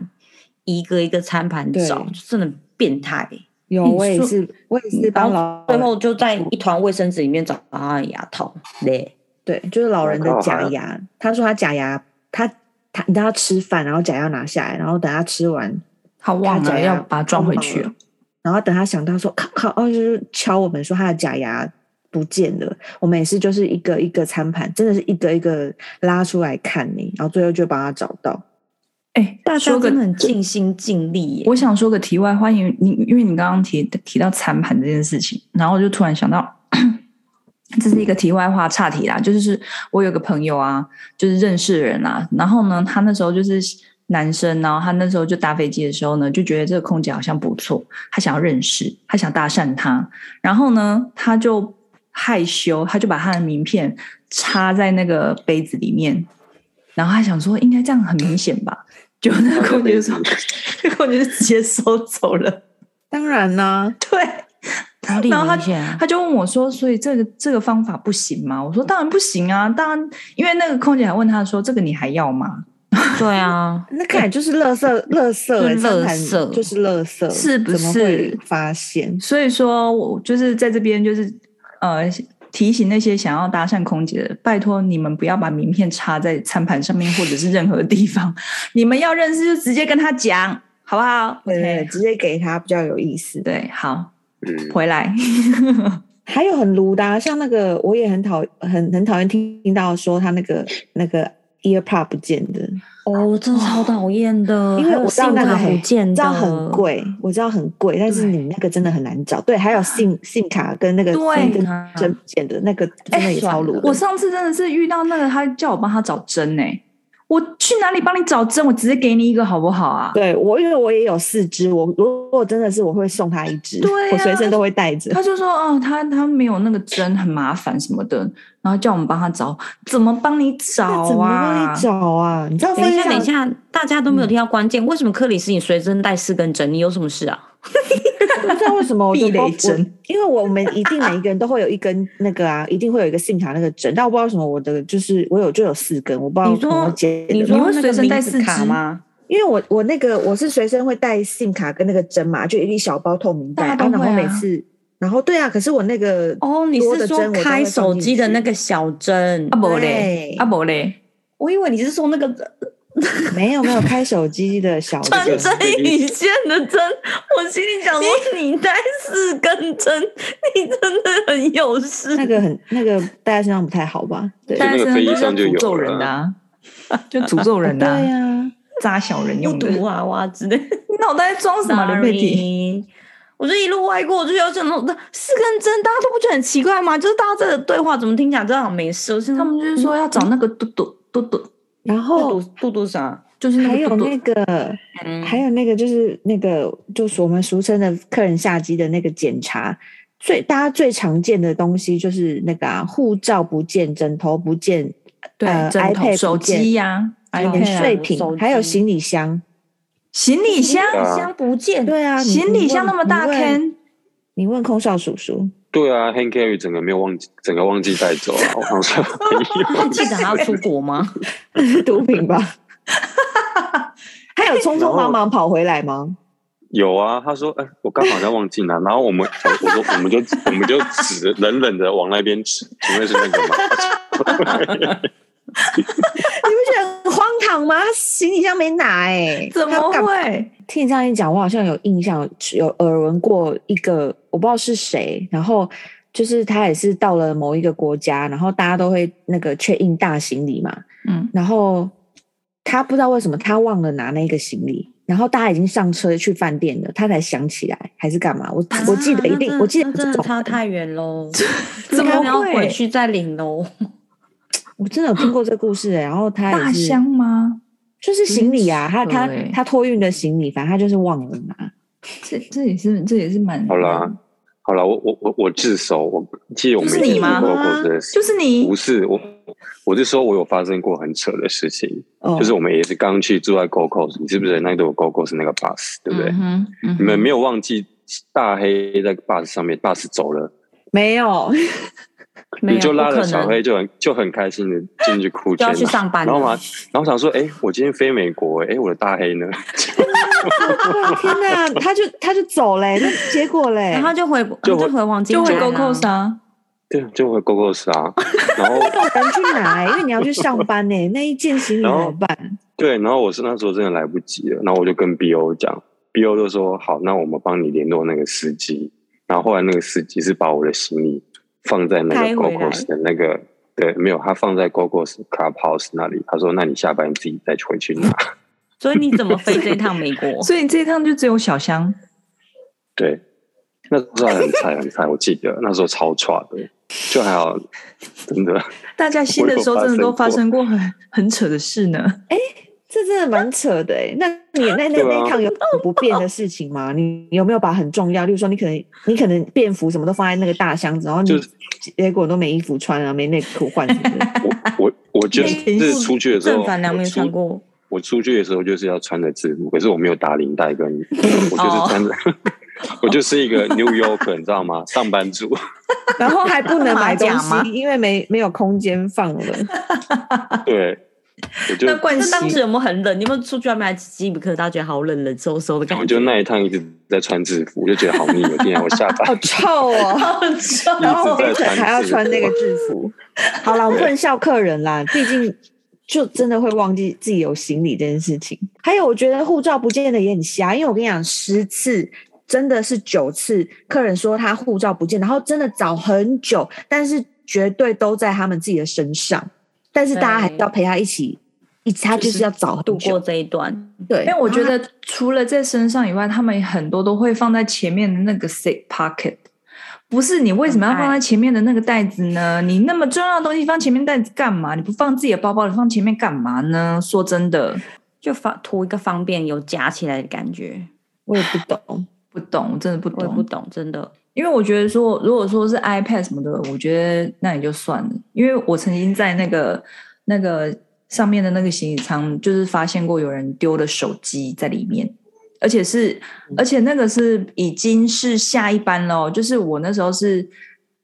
Speaker 4: 一个一个餐盘找，
Speaker 2: 对
Speaker 4: 就真的变态。
Speaker 2: 有，
Speaker 3: 你
Speaker 2: 我也
Speaker 3: 说
Speaker 2: 是，我也是帮老
Speaker 4: 最后就在一团卫生纸里面找到他的牙套，对，
Speaker 2: 对，就是老人的
Speaker 1: 我靠
Speaker 2: 假
Speaker 1: 还
Speaker 2: 牙。他说他假牙，他他你知道他吃饭，然后假牙拿下来，然后等他吃完，
Speaker 3: 好忘
Speaker 2: 他假
Speaker 3: 了，
Speaker 2: 牙
Speaker 3: 要把它装回去哦。
Speaker 2: 然后等他想到说靠靠，哦，就是敲我们说他的假牙不见了。我们也是就是一个一个餐盘，真的是一个一个拉出来看你，然后最后就帮他找到。
Speaker 3: 哎，
Speaker 4: 大家
Speaker 3: 说个
Speaker 4: 真的很尽心尽力耶。
Speaker 3: 我想说个题外话，因为你因为你刚刚提提到餐盘这件事情，然后我就突然想到， 这是一个题外话岔题啦，就是我有个朋友啊，就是认识的人啊，然后呢，他那时候就是男生，然后他那时候就搭飞机的时候呢，就觉得这个空姐好像不错，他想要认识，他想搭讪她，然后呢，他就害羞，他就把他的名片插在那个杯子里面，然后他想说应该这样很明显吧，就那个空姐就说。
Speaker 4: 哦
Speaker 3: 结果你就直接收走了。
Speaker 2: 当然啦，
Speaker 3: 对，
Speaker 4: 哪里
Speaker 3: 然后他
Speaker 4: 明显啊
Speaker 3: 他就问我说：“所以这个这个方法不行吗？”我说：“当然不行啊，当然，因为那个空姐还问他说：‘这个你还要吗？’
Speaker 4: 对啊，
Speaker 2: 那看来就是垃圾，垃圾、欸，
Speaker 4: 是
Speaker 2: 商
Speaker 4: 垃
Speaker 2: 谈
Speaker 4: 圾
Speaker 2: 就是垃圾，
Speaker 3: 是不
Speaker 2: 怎么会
Speaker 3: 是
Speaker 2: 发现？
Speaker 3: 所以说我就是在这边就是呃提醒那些想要搭讪空姐的，拜托你们不要把名片插在餐盘上面或者是任何地方，你们要认识就直接跟他讲，好不好
Speaker 2: 对对，对
Speaker 3: ？OK，
Speaker 2: 直接给他比较有意思。
Speaker 3: 对，好，
Speaker 1: 嗯，
Speaker 3: 回来，
Speaker 2: 还有很卢的啊、像那个我也很讨很很讨厌听听到说他那个那个 ear pop 不见的，
Speaker 4: 哦，真的超讨厌的，
Speaker 2: 因为我知道那个
Speaker 4: 很
Speaker 2: 很
Speaker 4: 不见
Speaker 2: 知
Speaker 4: 的，
Speaker 2: 道很贵，我知道很贵，但是你那个真的很难找。对，还有信信卡跟那个
Speaker 3: 对
Speaker 2: 真真
Speaker 4: 啊
Speaker 2: 真不见的那个真的也超卢的。
Speaker 3: 我上次真的是遇到那个，他叫我帮他找针呢、我去哪里帮你找针？我直接给你一个好不好啊？
Speaker 2: 对我，因为我也有四只，我如果真的是我会送他一只，
Speaker 3: 对啊
Speaker 2: 我随身都会带着。
Speaker 3: 他就说哦，他他没有那个针，很麻烦什么的，然后叫我们帮他找，怎么帮你找
Speaker 2: 那
Speaker 3: 啊？
Speaker 2: 怎么帮你找啊？你知道
Speaker 4: 等
Speaker 2: 飞
Speaker 4: 一
Speaker 2: 机
Speaker 4: 下，
Speaker 2: 上
Speaker 4: 等一下，大家都没有
Speaker 2: 嗯
Speaker 4: 听到关键，为什么克里斯你随身带四根针？你有什么事啊？
Speaker 2: 不知道为什么我就
Speaker 3: 避雷
Speaker 2: 包我
Speaker 3: 针，
Speaker 2: 因为我们一定每一个人都会有一根那个啊，一定会有一个信卡那个针，但我不知道为什么我的就是我有就有四根，我不知道
Speaker 4: 你说
Speaker 2: 怎么解的
Speaker 4: 你说
Speaker 3: 你会
Speaker 4: 那个
Speaker 3: 随身带
Speaker 4: 名字
Speaker 3: 四
Speaker 4: 卡
Speaker 3: 支
Speaker 4: 吗？
Speaker 2: 因为我我那个我是随身会带信卡跟那个针嘛，就一小包透明袋，
Speaker 3: 大家
Speaker 2: 啊
Speaker 3: 都
Speaker 2: 然
Speaker 3: 会
Speaker 2: 后
Speaker 3: 啊
Speaker 2: 每次，然后对啊，可是我那个
Speaker 4: 哦，你
Speaker 2: 多的
Speaker 4: 是说
Speaker 2: 针我都
Speaker 4: 开
Speaker 2: 会放
Speaker 4: 手
Speaker 2: 进
Speaker 4: 机的
Speaker 2: 去
Speaker 4: 那个小针
Speaker 3: 啊？不嘞
Speaker 2: 对，
Speaker 3: 啊不嘞，
Speaker 4: 我以为你是说那个
Speaker 2: 没有没有开手机的小
Speaker 4: 穿
Speaker 1: 这
Speaker 2: 针
Speaker 1: 个
Speaker 4: 针引线的针， 我心里想说你带四根针，你真的很有事。
Speaker 2: 那个很那个戴在身上不太好吧？对
Speaker 1: 那
Speaker 3: 但
Speaker 1: 个
Speaker 3: 是
Speaker 1: 飞机
Speaker 3: 那
Speaker 1: 上就有
Speaker 3: 诅咒
Speaker 1: 了
Speaker 3: 人的、啊， 就诅咒人
Speaker 2: 对
Speaker 3: 的、啊，
Speaker 2: 呀，
Speaker 3: 扎小人
Speaker 4: 不
Speaker 3: 用的。
Speaker 4: 读娃娃之类的。
Speaker 3: 你脑袋在装什么？刘佩蒂，
Speaker 4: Sorry 我就一路歪过，我就有种那四根针，大家都不觉得很奇怪吗？就是大家这个对话怎么听起来真的好像没事？我现在
Speaker 3: 他们就是说要找那个嘟嘟嘟嘟，
Speaker 2: 然
Speaker 4: 肚
Speaker 2: 后
Speaker 4: 肚肚肚啥？
Speaker 3: 就是那
Speaker 2: 还
Speaker 3: 个
Speaker 2: 有
Speaker 3: 嘟
Speaker 2: 那
Speaker 3: 嘟。
Speaker 2: 个
Speaker 4: 嗯，
Speaker 2: 哦还有那个就是那个，就是我们俗称的客人下机的那个检查，最大家最常见的东西就是那个啊，护照不见，枕头不见，
Speaker 3: 对
Speaker 2: 呃，
Speaker 3: 枕头、
Speaker 2: iPad
Speaker 3: 手机呀、
Speaker 4: 不
Speaker 2: 免
Speaker 3: iPad
Speaker 4: 见
Speaker 3: 啊
Speaker 2: 税
Speaker 4: 手
Speaker 2: 品，
Speaker 4: 机
Speaker 2: 还有行李箱。
Speaker 3: 行李箱，
Speaker 1: 啊
Speaker 4: 箱不见，
Speaker 2: 对啊，你
Speaker 3: 行李箱那么大
Speaker 2: 你问
Speaker 3: 坑，
Speaker 2: 你问空少叔叔，
Speaker 1: 对啊，Hank Carry 整个没有忘记，整个忘记带走啊，我好像 没有
Speaker 4: 他记得 他要出国吗？
Speaker 2: 那是毒品吧？ 还有匆匆忙忙跑回来吗？
Speaker 1: 有啊，他说：“哎、我刚好在忘记拿。” 然后我们，我说，我们就我们就指冷冷的往那边指，请问是那个吗？
Speaker 2: 你不觉得很荒唐吗？他行李箱没拿哎、
Speaker 3: 怎
Speaker 2: 他
Speaker 3: 么
Speaker 2: 干
Speaker 3: 会？
Speaker 2: 听你这样一讲，我好像有印象，有耳闻过一个，我不知道是谁，然后就是他也是到了某一个国家，然后大家都会那个 check in 大行李嘛，
Speaker 3: 嗯，
Speaker 2: 然后他不知道为什么他忘了拿那个行李，然后大家已经上车去饭店了，他才想起来还是干嘛？我、我记得一定，我记得
Speaker 4: 啊那
Speaker 2: 有这
Speaker 4: 真的
Speaker 2: 种
Speaker 4: 差
Speaker 2: 人，
Speaker 4: 太远喽，
Speaker 3: 怎么
Speaker 4: 应该要
Speaker 3: 会
Speaker 4: 回去再领喽？
Speaker 2: 我真的有听过这故事、欸，然后他
Speaker 3: 大
Speaker 2: 也是
Speaker 3: 箱吗？
Speaker 2: 就是行李啊，他他
Speaker 3: 有点扯欸
Speaker 2: 他托运的行李，反正他就是忘了拿。
Speaker 3: 这这也是这也是蛮
Speaker 1: 好啦，好了，我我我我自首，我记得我们
Speaker 3: 就是你吗
Speaker 1: 有过这件事
Speaker 3: 就是你
Speaker 1: 不是我，我是说我有发生过很扯的事情，
Speaker 2: 哦，
Speaker 1: 就是我们也是刚去住在 GoGo，你记不记得那都有 GoGo 是那个 bus，对不对？
Speaker 3: 嗯哼嗯哼
Speaker 1: 你们没有忘记大黑在 bus 上面，bus 走了，
Speaker 2: 没 有，
Speaker 4: 没
Speaker 1: 你
Speaker 4: 有，
Speaker 1: 就
Speaker 4: 不
Speaker 1: 拉着
Speaker 4: 可
Speaker 1: 小
Speaker 4: 能
Speaker 1: 黑就很就很开心的进去哭圈
Speaker 4: 就要
Speaker 1: 了
Speaker 4: 去。上班
Speaker 1: 然后嘛
Speaker 4: 了。，
Speaker 1: 然后想说，哎、我今天飞美国、哎、我的大黑呢？
Speaker 2: 天哪，他就他就走嘞、那结果嘞，
Speaker 4: 然后就回，
Speaker 1: 就
Speaker 4: 就
Speaker 1: 回
Speaker 4: 就回黄金
Speaker 3: 就会
Speaker 4: 家啊
Speaker 3: go
Speaker 4: 啦
Speaker 3: go 啥？
Speaker 1: 对，就会 GoGo 啊。然后
Speaker 2: 到底去哪、欸因为你要去上班呢、那一件行李怎
Speaker 1: 然后
Speaker 2: 么办？
Speaker 1: 对，然后我是那时候真的来不及了，然后我就跟 BO 讲，BO 就说好，那我们帮你联络那个司机。然后后来那个司机是把我的行李放在那个
Speaker 4: 开回来
Speaker 1: GoGo 的那个，对，没有，他放在 GoGo Clubhouse 那里。他说，那你下班自己再回去 拿。
Speaker 4: 所以你怎么飞这一趟美国？
Speaker 3: 所以你这一趟就只有小箱，
Speaker 1: 对，那时候还很菜很菜，我记得那时候超差的，就还好，真的。
Speaker 3: 大家新的时候真的都发生过很很扯的事呢。
Speaker 2: 这真的蛮扯的哎、那你那那
Speaker 1: 对啊
Speaker 2: 那一趟有很不便的事情吗？你有没有把很重要，例如说你可能你可能便服什么都放在那个大箱子，然后你
Speaker 1: 就是
Speaker 2: 结果都没衣服穿啊，没内裤换什么 的。
Speaker 1: 我我 我就是出去的时候，
Speaker 4: 正反两
Speaker 1: 我
Speaker 4: 面
Speaker 1: 出
Speaker 4: 穿过。
Speaker 1: 我出去的时候就是要穿着制服，可是我没有打领带跟，我
Speaker 4: 哦
Speaker 1: 就是穿 着，我就是一个 New York，你知道吗？上班 族，
Speaker 2: 然后还不能买东
Speaker 4: 马甲吗
Speaker 2: 西，因为没没有空间放了。
Speaker 1: 对。我就
Speaker 3: 那冠
Speaker 4: 那当时
Speaker 3: 希
Speaker 4: 有没有很冷？你有没有出去外面还起鸡皮疙瘩，觉得好冷冷飕飕的感觉？
Speaker 1: 我就那一趟一直在穿制服，我就觉得好腻了。天啊，我下
Speaker 2: 好
Speaker 1: 班
Speaker 2: 臭 哦！
Speaker 4: 好臭
Speaker 2: 然后
Speaker 1: 一直在
Speaker 2: 而且还要穿那个制服。好啦，我们不能笑客人啦，毕竟就真的会忘记自己有行李这件事情。还有，我觉得护照不见的也很瞎，因为我跟你讲，十次真的是九次客人说他护照不见，然后真的找很久，但是绝对都在他们自己的身上，但是大家还是要陪他一起，一起他就是要找
Speaker 4: 度
Speaker 2: 很久
Speaker 4: 过。这一段，
Speaker 2: 对，啊
Speaker 3: 因为我觉
Speaker 2: 然后
Speaker 3: 得除了在身上以外，他们很多都会放在前面的那个 zip pocket。不是你为什么要
Speaker 4: 很爱
Speaker 3: 放在前面的那个袋子呢？你那么重要的东西放前面袋子干嘛？你不放自己的包包，你放前面干嘛呢？说真的，
Speaker 4: 就方图一个方便有夹起来的感觉，
Speaker 2: 我也不懂，
Speaker 3: 不懂，我真的不
Speaker 4: 我也
Speaker 3: 懂，
Speaker 4: 不懂，真的。
Speaker 3: 因为我觉得说，如果说是 iPad 什么的，我觉得那也就算了。因为我曾经在那个那个上面的那个行李舱，就是发现过有人丢了手机在里面，而且是而且那个是已经是下一班了哦，就是我那时候是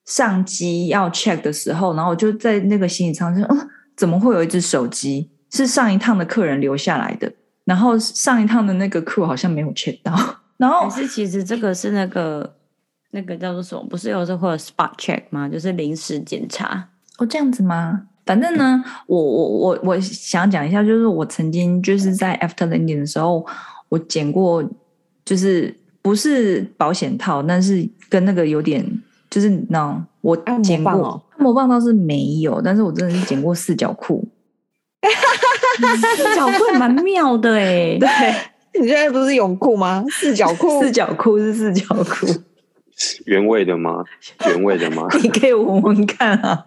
Speaker 3: 上机要 check 的时候，然后我就在那个行李舱就嗯，怎么会有一只手机？是上一趟的客人留下来的，然后上一趟的那个 crew 好像没有 check 到， 然后
Speaker 4: 还是其实这个是那个那个叫做什么？不是有时候会有 spot check 吗？就是临时检查。
Speaker 3: 哦，这样子吗？反正呢，
Speaker 2: 嗯
Speaker 3: 我我我我想讲一下，就是我曾经就是在 After Landing 的时候，我捡过，就是不是保险套，但是跟那个有点就是那种我
Speaker 2: 按摩
Speaker 3: 捡过
Speaker 2: 棒哦
Speaker 3: 按摩棒倒是没有，但是我真的是捡过四 角裤。
Speaker 4: 这角会蛮妙的哎、
Speaker 3: 对，
Speaker 2: 你现在不是泳裤吗？四角裤，
Speaker 3: 四角裤是四角裤，
Speaker 1: 原味的吗？原味的吗？
Speaker 3: 你可以闻闻看啊，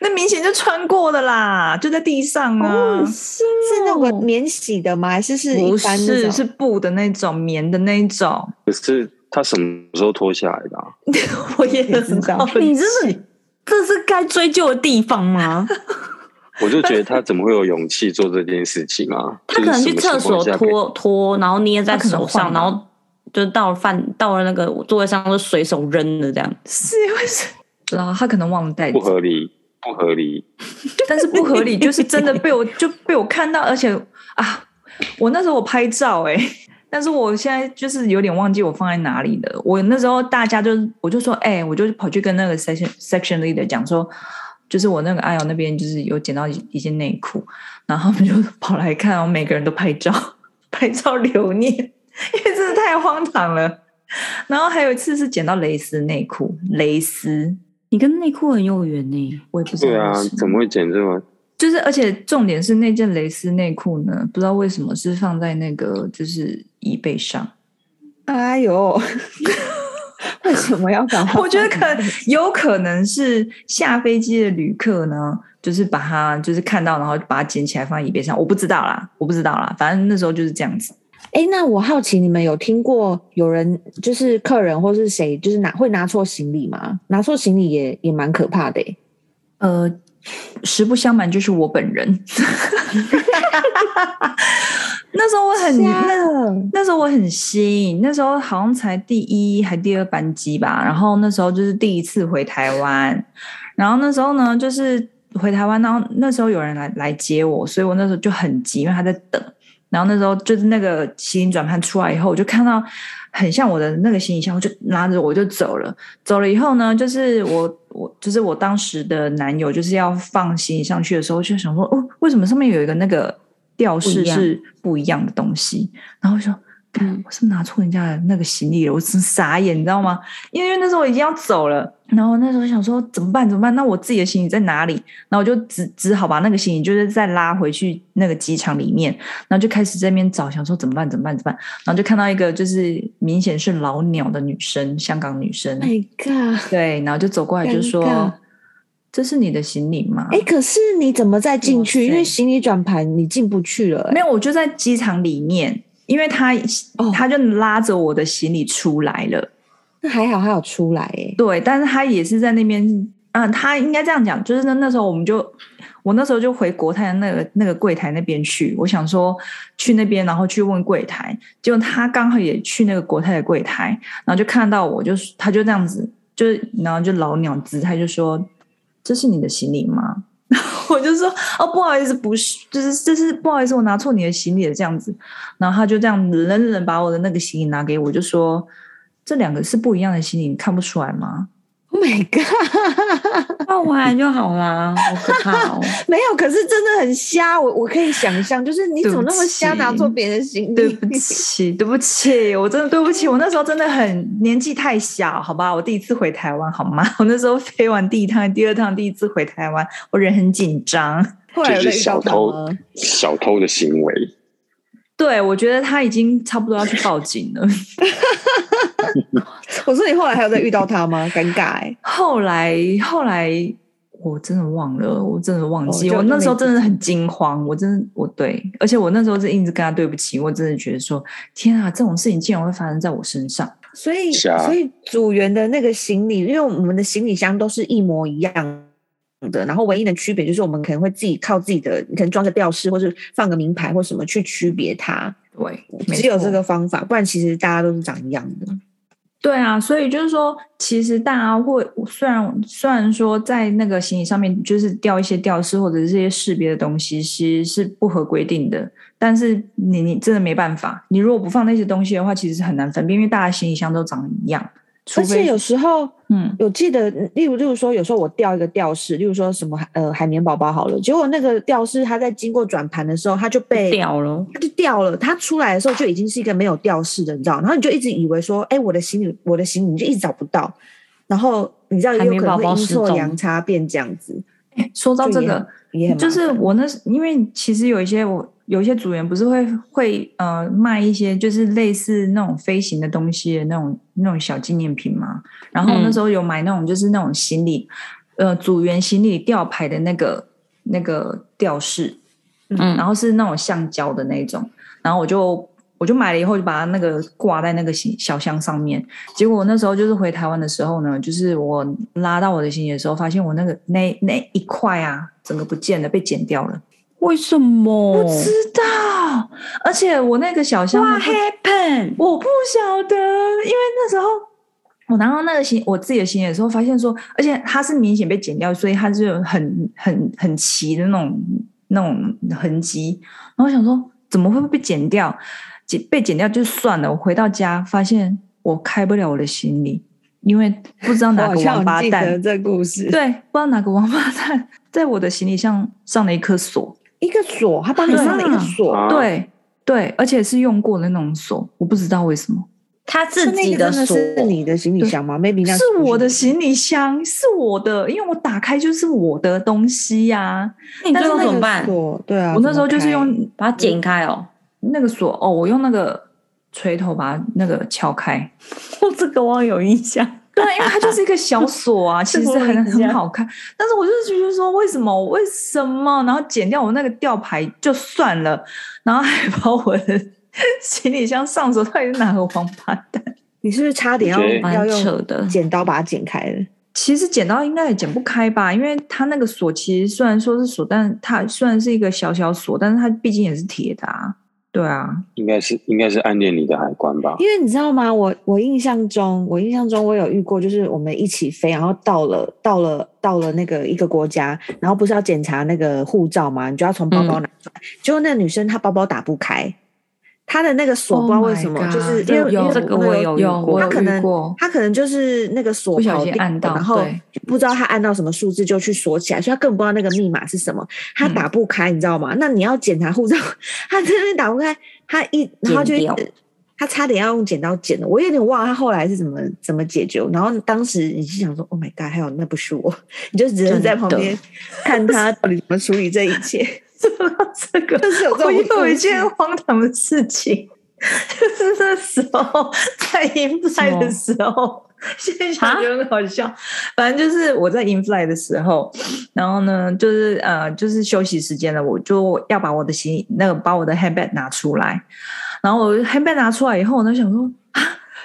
Speaker 3: 那明显就穿过的啦，就在地上啊。
Speaker 4: 是
Speaker 2: 是那个免洗的吗？还是哦是一
Speaker 3: 不
Speaker 2: 般那
Speaker 3: 是，
Speaker 2: 种
Speaker 3: 是布的那种，棉的那一种。
Speaker 1: 可是他什么时候脱下来的、啊？
Speaker 3: 我也
Speaker 2: 不知道
Speaker 4: 你这是这是该追究的地方吗？
Speaker 1: 我就觉得他怎么会有勇气做这件事情啊？
Speaker 4: 他可能去
Speaker 1: 就
Speaker 4: 厕所
Speaker 1: 是什么情况下
Speaker 4: 脱脱，然后捏在手
Speaker 3: 他可
Speaker 4: 上，
Speaker 3: 能换了
Speaker 4: 然后就到了饭到了那个座位上就随手扔了这样。
Speaker 3: 是因为是，不知道他可能忘了带
Speaker 1: 可以不合理，不合理。
Speaker 3: 但是不合理，就是真的被我 就被我看到，而且啊，我那时候我拍照哎、但是我现在就是有点忘记我放在哪里了。我那时候大家就我就说哎、我就跑去跟那个 section section leader 讲说，就是我那个阿瑶那边就是有捡到一一件内裤，然后他们就跑来看，然后每个人都拍照， 拍照留念，因为真的太荒唐了。然后还有一次是捡到蕾丝内裤，蕾丝
Speaker 4: 你跟内裤很有缘呢、
Speaker 3: 我也不知道
Speaker 1: 对啊
Speaker 3: 为什，
Speaker 1: 怎么会剪这么？
Speaker 3: 就是，而且重点是那件蕾丝内裤呢，不知道为什么是放在那个就是椅背上。
Speaker 2: 哎呦， 为什么要搞？
Speaker 3: 我觉 得可有可能是下飞机的旅客呢，就是把它就是看到，然后把它捡起来放在椅背上，我不知道啦，我不知道啦，反正那时候就是这样子。
Speaker 2: 哎，那我好奇，你们有听过有人就是客人或是谁，就是拿会拿错行李吗？拿错行李也也蛮可怕的欸。
Speaker 3: 呃，实不相瞒，就是我本人。 那时候我很那
Speaker 2: 那
Speaker 3: 那时候我很新，那时候好像才第一还第二班机吧，然后那时候就是第一次回台湾，然后那时候呢就是回台湾，然后那时候有人来来接我，所以我那时候就很急，因为他在等。然后那时候就是那个行李转盘出来以后，我就看到很像我的那个行李箱，我就拿着我就走了。走了以后呢，就是我我就是我当时的男友，就是要放行李上去的时候，就想说哦，为什么上面有一个那个吊
Speaker 4: 不
Speaker 3: 饰
Speaker 4: 一样
Speaker 3: 是不一样的东西？然后我就说，
Speaker 4: 嗯
Speaker 3: 看我是不是拿错人家的那个行李了？我真傻眼，你知道吗？因为那时候我已经要走了，然后那时候想说怎么办怎么办？那我自己的行李在哪里？然后我就只只好把那个行李就是再拉回去那个机场里面，然后就开始在那边找，想说怎么办怎么办怎么办？然后就看到一个就是明显是老鸟的女生，香港女生，
Speaker 2: ，My God！
Speaker 3: 对，然后就走过来就
Speaker 2: 哎尴尬
Speaker 3: 说：“这是你的行李吗？”
Speaker 2: 哎，可是你怎么再进
Speaker 4: 哇
Speaker 2: 去？因
Speaker 4: 塞
Speaker 2: 为行李转盘你进不去了欸。
Speaker 3: 没有，我就在机场里面，因为他、
Speaker 2: 哦
Speaker 3: 他就拉着我的行李出来了。
Speaker 2: 那还好还有出来哎。
Speaker 3: 对，但是他也是在那边，嗯，他应该这样讲，就是那那时候我们就，我那时候就回国泰的那个那个柜台那边去，我想说去那边，然后去问柜台，结果他刚好也去那个国泰的柜台，然后就看到我就，他就这样子，就是然后就老鸟姿态就说：“这是你的行李吗？” 我就说哦，不好意思，不是，就是这是不好意思，我拿错你的行李了这样子。然后他就这样冷冷把我的那个行李拿给我，就说这两个是不一样的行李，你看不出来吗？
Speaker 2: Oh my god！
Speaker 4: 抱回来就好啦，好可怕哦！
Speaker 2: 没有，可是真的很瞎，我我可以想象，就是你怎么那么瞎
Speaker 3: 对不起
Speaker 2: 拿错别人的行李？
Speaker 3: 对不起，对不起，我真的对不起，我那时候真的很年纪太小，好吧，我第一次回台湾，好吗？ 我那时候飞完第一趟、第二趟，第一次回台湾，我人很紧张。
Speaker 2: 后来有
Speaker 1: 这
Speaker 2: 被
Speaker 1: 是
Speaker 2: 遇到
Speaker 1: 小
Speaker 2: 他
Speaker 1: 偷
Speaker 2: 吗？
Speaker 1: 小偷的行为。
Speaker 3: 对，我觉得他已经差不多要去报警了。
Speaker 2: 我说你后来还有再遇到他吗？尴尬 哎、
Speaker 3: 后来，后来我真的忘了，我真的忘记，
Speaker 2: 哦就
Speaker 3: 我那时候
Speaker 2: 就没
Speaker 3: 真的很惊慌，我真的我对，而且我那时候是一直跟他对不起，我真的觉得说，天啊，这种事情竟然会发生在我身上。
Speaker 2: 所以
Speaker 1: 是啊
Speaker 2: 所以组员的那个行李，因为我们的行李箱都是一模一样。的，然后唯一的区别就是我们可能会自己靠自己的，你可能装个吊饰，或是放个名牌或什么去区别它，
Speaker 3: 对，没
Speaker 2: 只有
Speaker 3: 错
Speaker 2: 这个方法，不然其实大家都是长一样的。
Speaker 3: 对啊，所以就是说，其实大家会虽然虽然说在那个行李上面就是掉一些吊饰或者是这些识别的东西，其实是不合规定的，但是你你真的没办法，你如果不放那些东西的话，其实是很难分辨，因为大家行李箱都长得一样，除
Speaker 2: 而
Speaker 3: 非
Speaker 2: 且有时候
Speaker 3: 嗯
Speaker 2: 有记得，例如，例如说，有时候我掉一个吊饰，例如说什么呃海绵宝宝好了，结果那个吊饰它在经过转盘的时候，它就被
Speaker 4: 掉了，
Speaker 2: 它就掉了。它出来的时候就已经是一个没有吊饰的，你知道？然后你就一直以为说，哎、我的行李，我的行李，你就一直找不到。然后你知道，也有可能会阴错阳差变这样子，
Speaker 3: 说到这
Speaker 2: 就
Speaker 3: 个，
Speaker 2: 也很麻烦
Speaker 3: 就是我那时，因为其实有一些我有一些组员不是会会呃卖一些就是类似那种飞行的东西的那种那种小纪念品嘛。然后
Speaker 4: 嗯
Speaker 3: 那时候有买那种就是那种行李，呃，组员行李吊牌的那个那个吊饰，
Speaker 4: 嗯，
Speaker 3: 然后是那种橡胶的那种，然后我就我就买了以后就把它那个挂在那个行小箱上面。结果我那时候就是回台湾的时候呢，就是我拉到我的行李的时候，发现我那个那那一块啊，整个不见了，被剪掉了。
Speaker 4: 为什么
Speaker 3: 不知道，而且我那个小箱呢
Speaker 4: 哇
Speaker 3: 它
Speaker 4: ？Happen，
Speaker 3: 我不晓得，因为那时候我拿到那个行我自己的行李的时候，发现说，而且它是明显被剪掉，所以它是有很很很齐的那种那种痕迹。然后我想说，怎么会被剪掉？剪被剪掉就算了，我回到家发现我开不了我的行李，因为不知道
Speaker 2: 我
Speaker 3: 哪
Speaker 2: 好
Speaker 3: 个
Speaker 2: 像
Speaker 3: 王八
Speaker 2: 记得
Speaker 3: 蛋，
Speaker 2: 这故事，，
Speaker 3: 对，不知道哪个王八蛋在我的行李箱上了一颗锁。
Speaker 2: 一个锁，他帮你上了一个锁，
Speaker 1: 啊，
Speaker 3: 对对，而且是用过的那种锁，我不知道为什么
Speaker 4: 他自
Speaker 2: 那
Speaker 4: 己
Speaker 2: 个真的
Speaker 4: 锁，
Speaker 2: 是你的行李箱吗？maybe 那
Speaker 3: 是我的
Speaker 2: 行
Speaker 3: 行李箱，是我的，因为我打开就是我的东西呀、
Speaker 4: 那你
Speaker 3: 但
Speaker 4: 最
Speaker 3: 是
Speaker 4: 后
Speaker 3: 那
Speaker 4: 怎么
Speaker 3: 个
Speaker 4: 办？
Speaker 2: 锁，对啊，
Speaker 3: 我那时候就
Speaker 2: 怎
Speaker 3: 是
Speaker 2: 么
Speaker 3: 用
Speaker 4: 把它剪开哦。
Speaker 3: 那个锁哦，我用那个锤头把它那个撬开。
Speaker 4: 哦，这个 我有印象。
Speaker 3: 对，因为它就是一个小锁啊，其实
Speaker 4: 这个我
Speaker 3: 很
Speaker 4: 也是这
Speaker 3: 很
Speaker 4: 样
Speaker 3: 好看。但是我就是觉得说，为什么？为什么？然后剪掉我那个吊牌就算了，然后还把我的行李箱上锁，到底是哪个王八蛋？
Speaker 2: 开，你是不是差点
Speaker 1: 我觉
Speaker 2: 要
Speaker 1: 得
Speaker 2: 要
Speaker 4: 蛮扯
Speaker 2: 用
Speaker 4: 的
Speaker 2: 剪刀把它剪开了？
Speaker 3: 其实剪刀应该也剪不开吧，因为它那个锁其实虽然说是锁，但它虽然是一个小小锁，但是它毕竟也是铁的啊。对啊，
Speaker 1: 应该是应该是暗恋你的海关吧？
Speaker 2: 因为你知道吗？我我印象中，我印象中我有遇过，就是我们一起飞，然后到了到了到了那个一个国家，然后不是要检查那个护照吗？你就要从包包拿出来，结果那个女生她包包打不开，她的那个锁
Speaker 3: Oh
Speaker 2: 不知道为
Speaker 3: my
Speaker 2: 什么
Speaker 3: god，
Speaker 2: 就是
Speaker 3: 这
Speaker 2: 因为因
Speaker 4: 有
Speaker 2: 为
Speaker 4: 这个我也有遇
Speaker 3: 有
Speaker 4: 过
Speaker 3: 我
Speaker 2: 她
Speaker 3: 有
Speaker 2: 可
Speaker 3: 遇
Speaker 2: 能
Speaker 3: 过，
Speaker 2: 她可能就是那个锁
Speaker 3: 不小
Speaker 2: 跑
Speaker 3: 心
Speaker 2: 掉
Speaker 3: 按
Speaker 2: 了
Speaker 3: 到，
Speaker 2: 然后
Speaker 3: 对，
Speaker 2: 不知道她按到什么数字就去锁起来，所以她根本不知道那个密码是什么，她
Speaker 3: 嗯
Speaker 2: 打不开，你知道吗？那你要检查护照，她这边打不开，她一然后就
Speaker 4: 剪
Speaker 2: 一
Speaker 4: 掉
Speaker 2: 直她差点要用剪刀剪了，我有点忘了她后来是怎么怎么解决。然后当时你是想说，Oh my god，还有那不是我， 你就只能在旁边看她 到底怎么处理这一切，
Speaker 3: 说到这个，
Speaker 2: 就是 有这
Speaker 3: 我
Speaker 2: 种
Speaker 3: 又有一
Speaker 2: 故事
Speaker 3: 件荒唐的事情，就是那时候在 in fly 的时候，现在想
Speaker 2: 啊
Speaker 3: 觉得很好笑。反正就是我在 in fly 的时候，然后呢，就是呃，就是休息时间了，我就要把我的行李那个把我的 handbag 拿出来，然后我 handbag 拿出来以后，我就想说啊，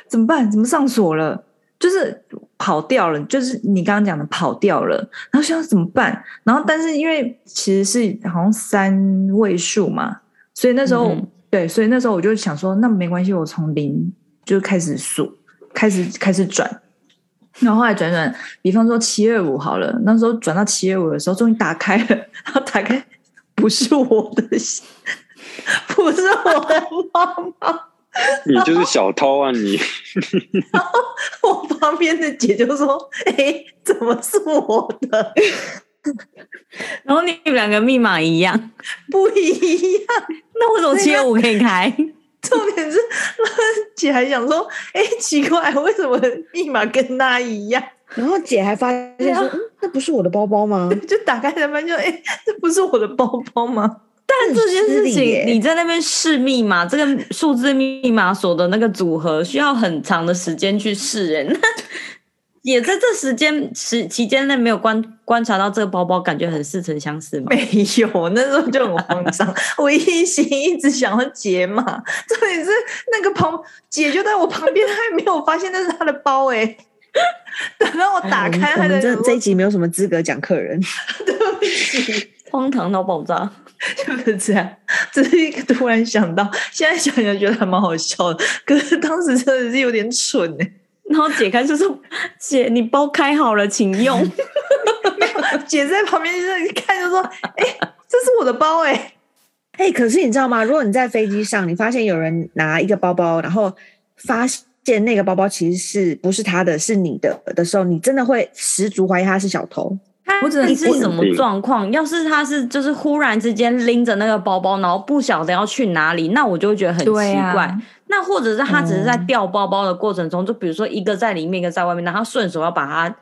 Speaker 3: 怎么办？怎么上锁了？就是跑掉了，就是你刚刚讲的跑掉了，然后想怎么办？然后但是因为其实是好像三位数嘛，所以那时候、
Speaker 4: 嗯哼
Speaker 3: 对，所以那时候我就想说，那没关系，我从零就开始数，开始开始转，然后后来转转，比方说七月五好了，那时候转到七月五的时候，终于打开了，然后打开不是我的信， 不是我的妈妈，
Speaker 1: 你就是小偷啊 你！
Speaker 3: 我旁边的姐就说：“哎、怎么是我的？
Speaker 4: 然后你们两个密码一样，
Speaker 3: 不一样。”
Speaker 4: 那为什么七月五可以开？
Speaker 3: 重点是，那姐还想说：“哎、奇怪，为什么密码跟他一样
Speaker 2: 然后姐还发现说，
Speaker 3: 对啊
Speaker 2: 嗯，那不是我的包包 吗？？”
Speaker 3: 就打开来发现，哎、这不是我的包包吗？
Speaker 4: 但 这件
Speaker 2: 失
Speaker 4: 事
Speaker 2: 礼耶
Speaker 4: 情，你在那边试密码，这个数字密码锁的那个组合需要很长的时间去试，哎，那 也在这时间时期间内没有观观察到这个包包，感觉很似曾相识嘛。
Speaker 3: 没有，那时候就很慌张。 我一心一直想要解码，重点是那个旁姐就在我旁边，她还没有发现那是她的包哎、等到我打
Speaker 2: 哎
Speaker 3: 开
Speaker 2: 我
Speaker 3: 她
Speaker 2: 哦们我
Speaker 3: 的
Speaker 2: 们，这这一集没有什么资格讲客人，
Speaker 4: 荒唐到爆炸！
Speaker 3: 就是这样，只是一个突然想到，现在想想觉得还蛮好笑的，可是当时真的是有点蠢哎、
Speaker 4: 然后解开就说：“ 姐，你包开好了，请用。
Speaker 3: 姐在旁边就是一看就说：“哎、这是我的包哎、
Speaker 2: 哎、可是你知道吗？如果你在飞机上，你发现有人拿一个包包，然后发现那个包包其实是不是他的，是你的的时候，你真的会十足怀疑他是小偷。”
Speaker 4: 我只能是什么
Speaker 1: 我
Speaker 4: 状况？要是他是就是忽然之间拎着那个包包，然后不晓得要去哪里，那我就会觉得很奇怪。那或者是他只是在掉包包的过程中，就比如说一个在里面，一个在外面，然后他顺手要把它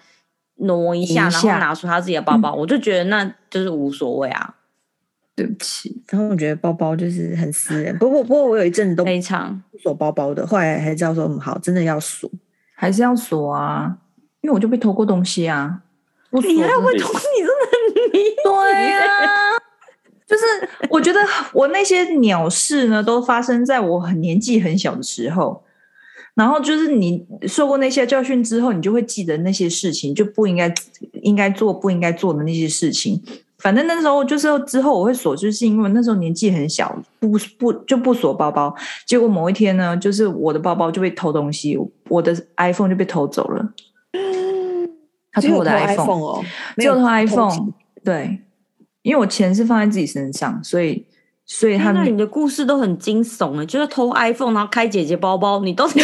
Speaker 4: 挪一下，
Speaker 3: 移一
Speaker 4: 然后
Speaker 3: 下
Speaker 4: 拿出他自己的包包，我就觉得那就是无所谓啊，
Speaker 3: 对不起，
Speaker 2: 然后我觉得包包就是很私人，不过不过我有一阵子都
Speaker 4: 非常
Speaker 2: 不锁包包的，后来才知道说，嗯，好，真的要锁。
Speaker 3: 还是要锁啊，因为我就被偷过东西啊。我
Speaker 4: 哎你还
Speaker 1: 会
Speaker 4: 通，你真的
Speaker 3: 对啊，就是我觉得我那些鸟事呢，都发生在我很年纪很小的时候。然后就是你受过那些教训之后，你就会记得那些事情，就不应该应该做不应该做的那些事情。反正那时候就是之后我会锁，就是因为那时候年纪很小，不不就不锁包包。结果某一天呢，就是我的包包就被偷东西，我的 iPhone 就被偷走了。他
Speaker 2: 只有
Speaker 3: 偷我的
Speaker 2: 偷
Speaker 3: iPhone
Speaker 2: 哦，没
Speaker 3: 只有
Speaker 2: 有
Speaker 3: 偷
Speaker 2: 偷
Speaker 3: iPhone，对，因为我钱是放在自己身上，所以所以他
Speaker 4: 天哪，
Speaker 3: 们
Speaker 4: 哎你的故事都很惊悚哎，就是偷 iPhone 然后开姐姐包包，你到 底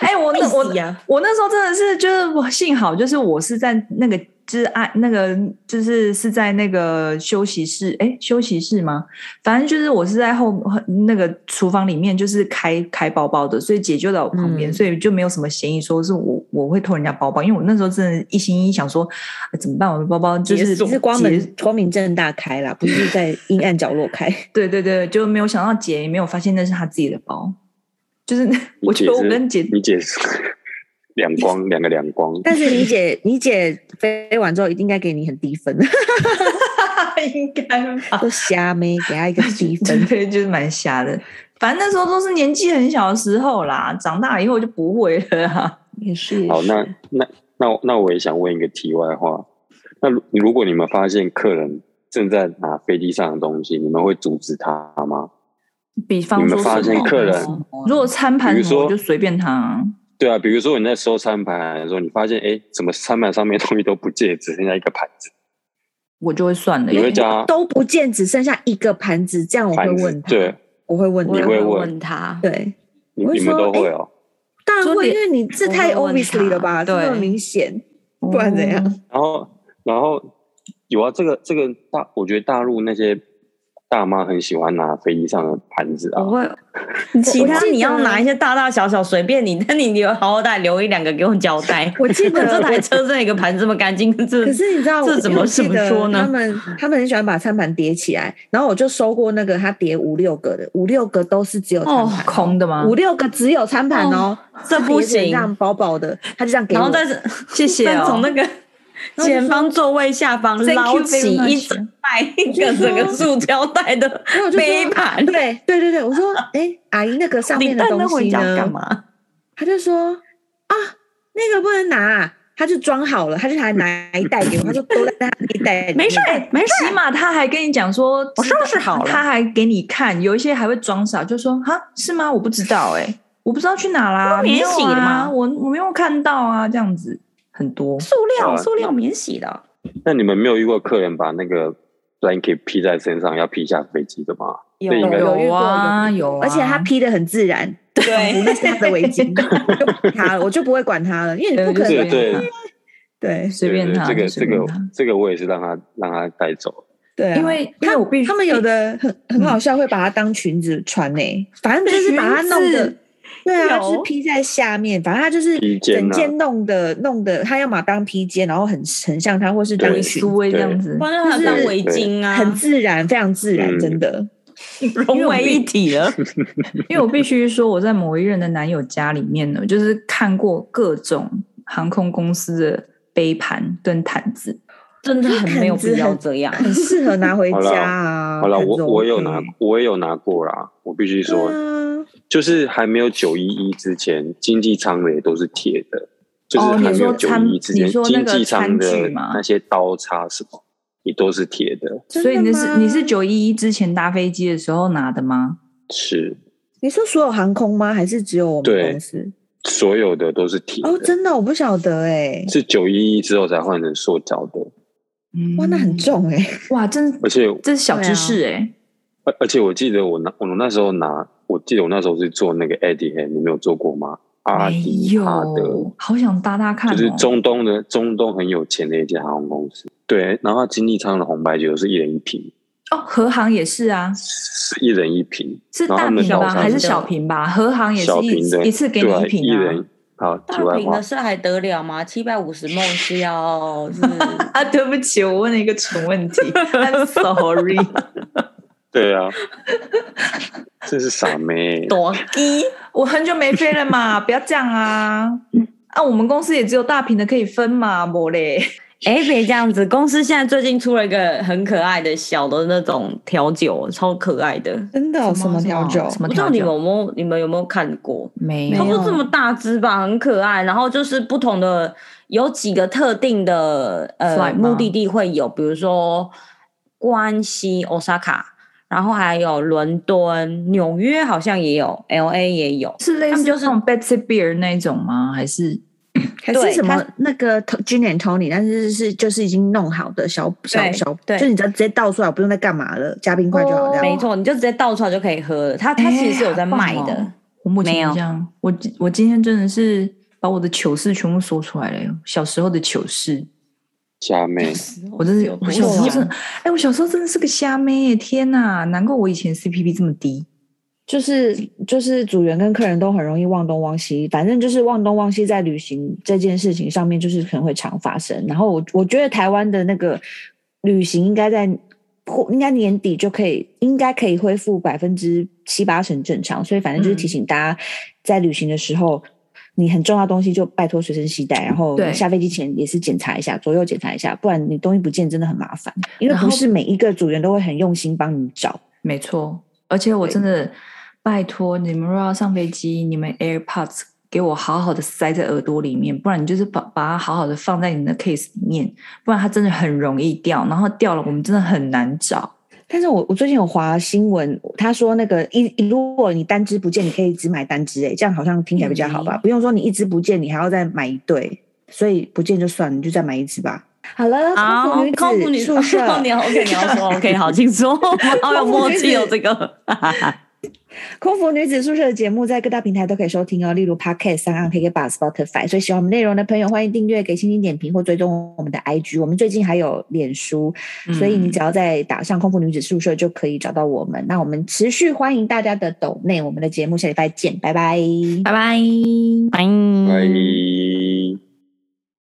Speaker 3: 哎、我那我
Speaker 4: 累死呀
Speaker 3: 我那时候真的是就是我幸好就是我是在那个就是爱那个就是是在那个休息室哎、休息室吗？反正就是我是在后那个厨房里面就是开开包包的，所以姐就在我旁边，
Speaker 4: 嗯
Speaker 3: 所以就没有什么嫌疑说是我我会偷人家包包，因为我那时候真的一心一意想说、呃怎么办我的包包就是
Speaker 2: 你是光
Speaker 3: 解
Speaker 2: 明光明正大开啦，不是在阴暗角落开。
Speaker 3: 对对对，就没有想到姐也没有发现那是她自己的包，就是我
Speaker 1: 解
Speaker 3: 觉得我
Speaker 1: 释
Speaker 3: 跟姐
Speaker 1: 嗯你解释两光，两个两光，
Speaker 2: 但是你姐，你姐飞完之后，一定该给你很低分，
Speaker 3: 应该吧，
Speaker 2: 说瞎妹给她一个低分。
Speaker 3: 对，就是蛮瞎的。反正那时候都是年纪很小的时候啦，长大以后就不会了啊啦。
Speaker 2: 也是
Speaker 1: 好，那那那那我也想问一个题外话。那如如果你们发现客人正在拿飞机上的东西，你们会阻止他吗？
Speaker 3: 比方
Speaker 1: 你
Speaker 3: 说
Speaker 1: 们发
Speaker 3: 什
Speaker 1: 现
Speaker 3: 么
Speaker 1: 客人
Speaker 3: 如果餐
Speaker 1: 比
Speaker 3: 盘
Speaker 1: 如
Speaker 3: 什么，我
Speaker 1: 说
Speaker 3: 就随便他啊、
Speaker 1: 对啊，比如说你在收餐盘的时候，你发现哎，诶怎么餐盘上面东西都不见，只剩下一个盘子，
Speaker 3: 我就会算了。
Speaker 1: 你
Speaker 3: 因
Speaker 1: 会
Speaker 3: 为
Speaker 1: 叫他
Speaker 2: 都不见，只剩下一个盘子，这样我会
Speaker 1: 盘子
Speaker 2: 问？他，
Speaker 1: 对，
Speaker 2: 我会问
Speaker 4: 我也
Speaker 1: 你
Speaker 2: 他，
Speaker 1: 会问
Speaker 4: 问他？
Speaker 2: 对，
Speaker 1: 你
Speaker 2: 我会
Speaker 1: 你们
Speaker 2: 说
Speaker 1: 都会哦。
Speaker 2: 当然
Speaker 3: 就
Speaker 2: 会，因
Speaker 3: 连
Speaker 2: 为你这
Speaker 4: 我
Speaker 2: 太
Speaker 4: 会问
Speaker 2: obviously 了吧，
Speaker 4: 他
Speaker 2: 这么
Speaker 4: 对哦
Speaker 2: 明显，
Speaker 3: 哦
Speaker 2: 不然怎样？
Speaker 1: 然后，然后有啊，这个这个大，我觉得大陆那些大妈很喜欢拿飞机上的盘子啊
Speaker 4: 我。哦会， 其
Speaker 2: 我
Speaker 4: 他
Speaker 2: 记得
Speaker 4: 你要拿一些大大小小随便你， 但你留好歹留一两个给 我交代。
Speaker 2: 我记得
Speaker 4: 这台车这一个盘这么干净，这
Speaker 2: 可是你知道，
Speaker 4: 这
Speaker 2: 我
Speaker 4: 怎么
Speaker 2: 我记
Speaker 4: 怎么
Speaker 2: 得
Speaker 4: 说呢
Speaker 2: 他们他们很喜欢把餐盘叠起来，然后我就收过那个他叠五六个的，五六个都是只有餐
Speaker 3: 哦，
Speaker 2: 盘，
Speaker 3: 空的吗
Speaker 2: 五？六个只有餐盘哦，
Speaker 4: 这不行
Speaker 2: 这样薄薄的，他就这样给我，
Speaker 4: 然后但 是
Speaker 3: 谢谢
Speaker 4: 但从
Speaker 3: 哦
Speaker 4: 那。个
Speaker 2: 后就
Speaker 4: 前方座位下方
Speaker 3: Thank you
Speaker 4: 捞起
Speaker 3: very much
Speaker 4: 一整袋一个整个塑胶袋的
Speaker 2: 然后我就
Speaker 4: 杯
Speaker 2: 说，
Speaker 4: 盘，
Speaker 2: 对对对对，我 说，哎，阿姨那个上
Speaker 4: 你
Speaker 2: 面的
Speaker 4: 带 那
Speaker 2: 东
Speaker 4: 回
Speaker 2: 西
Speaker 4: 家干
Speaker 2: 呢？
Speaker 4: 嘛？
Speaker 2: 他就说啊，那个不能拿、他就装好了，他就还拿一袋给我，他就都在那一袋里面，
Speaker 4: 没事儿，没事儿，
Speaker 3: 起码他还跟你讲说，
Speaker 4: 我收拾好了
Speaker 3: 他还给你看，有一些还会装傻，就说哈是吗？我不知道哎、我不知道去哪啦，
Speaker 4: 那
Speaker 3: 没有
Speaker 4: 免洗了
Speaker 3: 啊，
Speaker 4: 吗
Speaker 3: 我我没有看到啊，这样子很多。
Speaker 4: 塑料
Speaker 1: 哇
Speaker 4: 塑料免洗的啊，
Speaker 1: 那你们没有遇过客人把那个 blanket 披在身上要披下飞机的吗？
Speaker 2: 有
Speaker 1: 这应该
Speaker 2: 有遇过
Speaker 3: 啊有啊
Speaker 2: 而且他披的很自然，
Speaker 4: 对
Speaker 2: 不那是他的围巾，就不管他了，我就不会管他了，因为你不可
Speaker 1: 对
Speaker 2: 能
Speaker 1: 对
Speaker 2: 对
Speaker 3: 随便
Speaker 1: 对
Speaker 3: 他，
Speaker 1: 这个
Speaker 3: 随
Speaker 1: 这
Speaker 3: 便
Speaker 1: 个
Speaker 3: 他
Speaker 1: 这个我也是让他让他带走。
Speaker 2: 对啊，
Speaker 3: 因 为嗯因为
Speaker 2: 他
Speaker 3: 我必须
Speaker 2: 他们有的很很好笑，会把它当裙子穿呢，反正就是把它弄
Speaker 3: 裙
Speaker 2: 的
Speaker 3: 子。
Speaker 2: 对啊，就是
Speaker 3: 有
Speaker 2: 披在下面，反正它就是
Speaker 1: 披肩啊
Speaker 2: 整件弄的弄的，它要么当披肩，然后很很像它，或是当
Speaker 1: 对
Speaker 2: 裙
Speaker 3: 苏
Speaker 2: 子，
Speaker 3: 威这样子，
Speaker 4: 不然它
Speaker 2: 就是
Speaker 4: 当围巾啊，
Speaker 2: 很自然，非常自然，
Speaker 1: 嗯
Speaker 2: 真的。
Speaker 4: 融为一体了。
Speaker 3: 因为我必须说，我在某一任的男友家里面呢，就是看过各种航空公司的杯盘跟毯子，
Speaker 4: 真的很没有必要这样。
Speaker 2: 很适合拿回
Speaker 1: 好啦
Speaker 2: 家啊。
Speaker 1: 好了，
Speaker 2: 很
Speaker 1: 我
Speaker 2: 容
Speaker 1: 我有
Speaker 2: 易
Speaker 1: 拿，我也有拿过啦。我必须说，
Speaker 2: 对啊
Speaker 1: 就是还没有九一一之前，经济舱的也都是铁的，就是
Speaker 3: 哦
Speaker 1: 还
Speaker 3: 你
Speaker 1: 没
Speaker 3: 说
Speaker 1: 有九
Speaker 3: 餐
Speaker 1: 一一之前，
Speaker 3: 你说那
Speaker 1: 经
Speaker 3: 个
Speaker 1: 济舱
Speaker 3: 餐具
Speaker 1: 的
Speaker 3: 吗
Speaker 1: 那些刀叉什么，也都是铁的。
Speaker 2: 啊真
Speaker 3: 所以
Speaker 2: 的
Speaker 3: 你是
Speaker 2: 吗
Speaker 3: 你是九一一之前搭飞机的时候拿的吗？
Speaker 1: 是
Speaker 2: 你说所有航空吗？还是只有我们
Speaker 1: 对
Speaker 2: 公司？
Speaker 1: 所有的都是铁的，
Speaker 2: 哦，真的我不晓得哎，
Speaker 1: 是九一一之后才换成塑胶的。
Speaker 3: 嗯
Speaker 2: 哇，那很，重哎，
Speaker 3: 哇，真
Speaker 1: 而且
Speaker 3: 这是小知识哎、
Speaker 1: 而而且我记得我拿我那时候拿，我记得我那时候是做那个 a d i h 你们有做过吗？
Speaker 2: 啊
Speaker 1: 阿
Speaker 3: 没
Speaker 1: 迪
Speaker 3: 有
Speaker 1: 哈德，，
Speaker 3: 欸好想搭搭看、哦，
Speaker 1: 就是中东的中东很有钱的一家航空公司。对，然后经济舱的红白酒是一人一瓶，
Speaker 3: 哦，和航也是啊，
Speaker 1: 是一人一瓶，
Speaker 3: 是
Speaker 1: 然后
Speaker 3: 大
Speaker 1: 他们
Speaker 3: 瓶
Speaker 1: 早
Speaker 3: 吧
Speaker 1: 餐
Speaker 3: 还是
Speaker 1: 是
Speaker 3: 小瓶吧？和航也是
Speaker 1: 小
Speaker 3: 一
Speaker 1: 瓶的，
Speaker 3: 一次给你
Speaker 1: 对啊
Speaker 3: 一瓶
Speaker 1: 一
Speaker 3: 啊。
Speaker 1: 人好，
Speaker 4: 大
Speaker 1: 题外
Speaker 4: 瓶
Speaker 1: 话
Speaker 4: 的，是还得了吗？七百五十梦是 要是
Speaker 3: 啊，对不起，我问了一个蠢 问题，I'm sorry。
Speaker 1: 对啊，这是傻妹，
Speaker 4: 多低，
Speaker 3: 我很久没飞了嘛，不要这样啊！
Speaker 2: 嗯
Speaker 3: 啊，我们公司也只有大瓶的可以分嘛，莫嘞。
Speaker 4: 哎、别这样子。公司现在最近出了一个很可爱的小的那种调酒，超可爱的。
Speaker 2: 真的哦什么调酒？
Speaker 3: 什么
Speaker 4: 不知道
Speaker 3: 调
Speaker 4: 你们
Speaker 3: 酒？
Speaker 4: 有没有你们有没有看过？
Speaker 3: 没
Speaker 4: 它
Speaker 3: 有
Speaker 2: 没
Speaker 4: 不
Speaker 2: 有
Speaker 4: 是这么大只吧，很可爱。然后就是不同的，有几个特定的呃
Speaker 3: Flight 吗
Speaker 4: 目的地会有，比如说关西、Osaka，然后还有伦敦、纽约，好像也有，L A 也有。
Speaker 3: 是类
Speaker 4: 他
Speaker 3: 似
Speaker 4: 们就是
Speaker 3: 那种 Betsy Beer 那一种吗？还是
Speaker 2: 还是
Speaker 4: 对
Speaker 2: 什么
Speaker 4: 它
Speaker 2: 那个 To- Gin and Tony，但是是就是已经弄好的小小
Speaker 4: 对
Speaker 2: 小，
Speaker 4: 对
Speaker 2: 就你只要直接倒出来，不用再干嘛了，加冰块就好
Speaker 3: 哦
Speaker 2: 这样。
Speaker 4: 没错，你就直接倒出来就可以喝了。它它其实是有在卖
Speaker 3: 哎好棒
Speaker 4: 的
Speaker 3: 哦，我目前
Speaker 4: 没有
Speaker 3: 这样？我我今天真的是把我的糗事全部说出来了，小时候的糗事。
Speaker 1: 虾妹，
Speaker 3: 我真是，我小时候真
Speaker 4: 是
Speaker 3: 的，哎、我小时候真的是个虾妹耶！天哪，难怪我以前 CPP 这么低。
Speaker 2: 就是就是组员跟客人都很容易忘东忘西，反正就是忘东忘西在旅行这件事情上面就是可能会常发生。然后我我觉得台湾的那个旅行应该在或应该年底就可以，应该可以恢复百分之七八成正常。所以反正
Speaker 3: 嗯
Speaker 2: 就是提醒大家，在旅行的时候。你很重要的东西就拜托随身携带，然后
Speaker 3: 对
Speaker 2: 下飞机前也是检查一下，左右检查一下，不然你东西不见真的很麻烦。因为
Speaker 3: 然
Speaker 2: 不
Speaker 3: 后
Speaker 2: 是每一个组员都会很用心帮你找。
Speaker 3: 没错，而且我
Speaker 2: 对
Speaker 3: 真的拜托你们，若要上飞机，你们 AirPods 给我好好的塞在耳朵里面，不然你就是把把它好好的放在你的 case 里面，不然它真的很容易掉，然后掉了我们真的很难找。
Speaker 2: 但是我我最近有划新闻，他说那个一一如果你单只不见，你可以只买单只、欸，这样好像听起来比较好吧？
Speaker 3: 嗯
Speaker 2: 不用说你一只不见，你还要再买一对，所以不见就算，你就再买一只吧。好了，
Speaker 4: 啊空
Speaker 2: 空
Speaker 4: 腹
Speaker 2: 腹
Speaker 4: 女
Speaker 2: 女
Speaker 4: 子
Speaker 2: 子宿舍，
Speaker 4: 你要 OK，你要说 OK，好，请 说，好有默契哦，这个。
Speaker 2: 空服女子宿舍的节目在各大平台都可以收听哦，例如 Podcast、三岸 KK Bar、Spotify。所以喜欢我们内容的朋友，欢迎订阅、给星星点评或追踪我们的 IG。我们最近还有脸书，所以你只要在打上“空服女子宿舍”就可以找到我们。那我们持续欢迎大家的抖内，我们的节目下礼拜见，拜拜。
Speaker 3: 拜拜。
Speaker 1: 哎。
Speaker 4: 拜。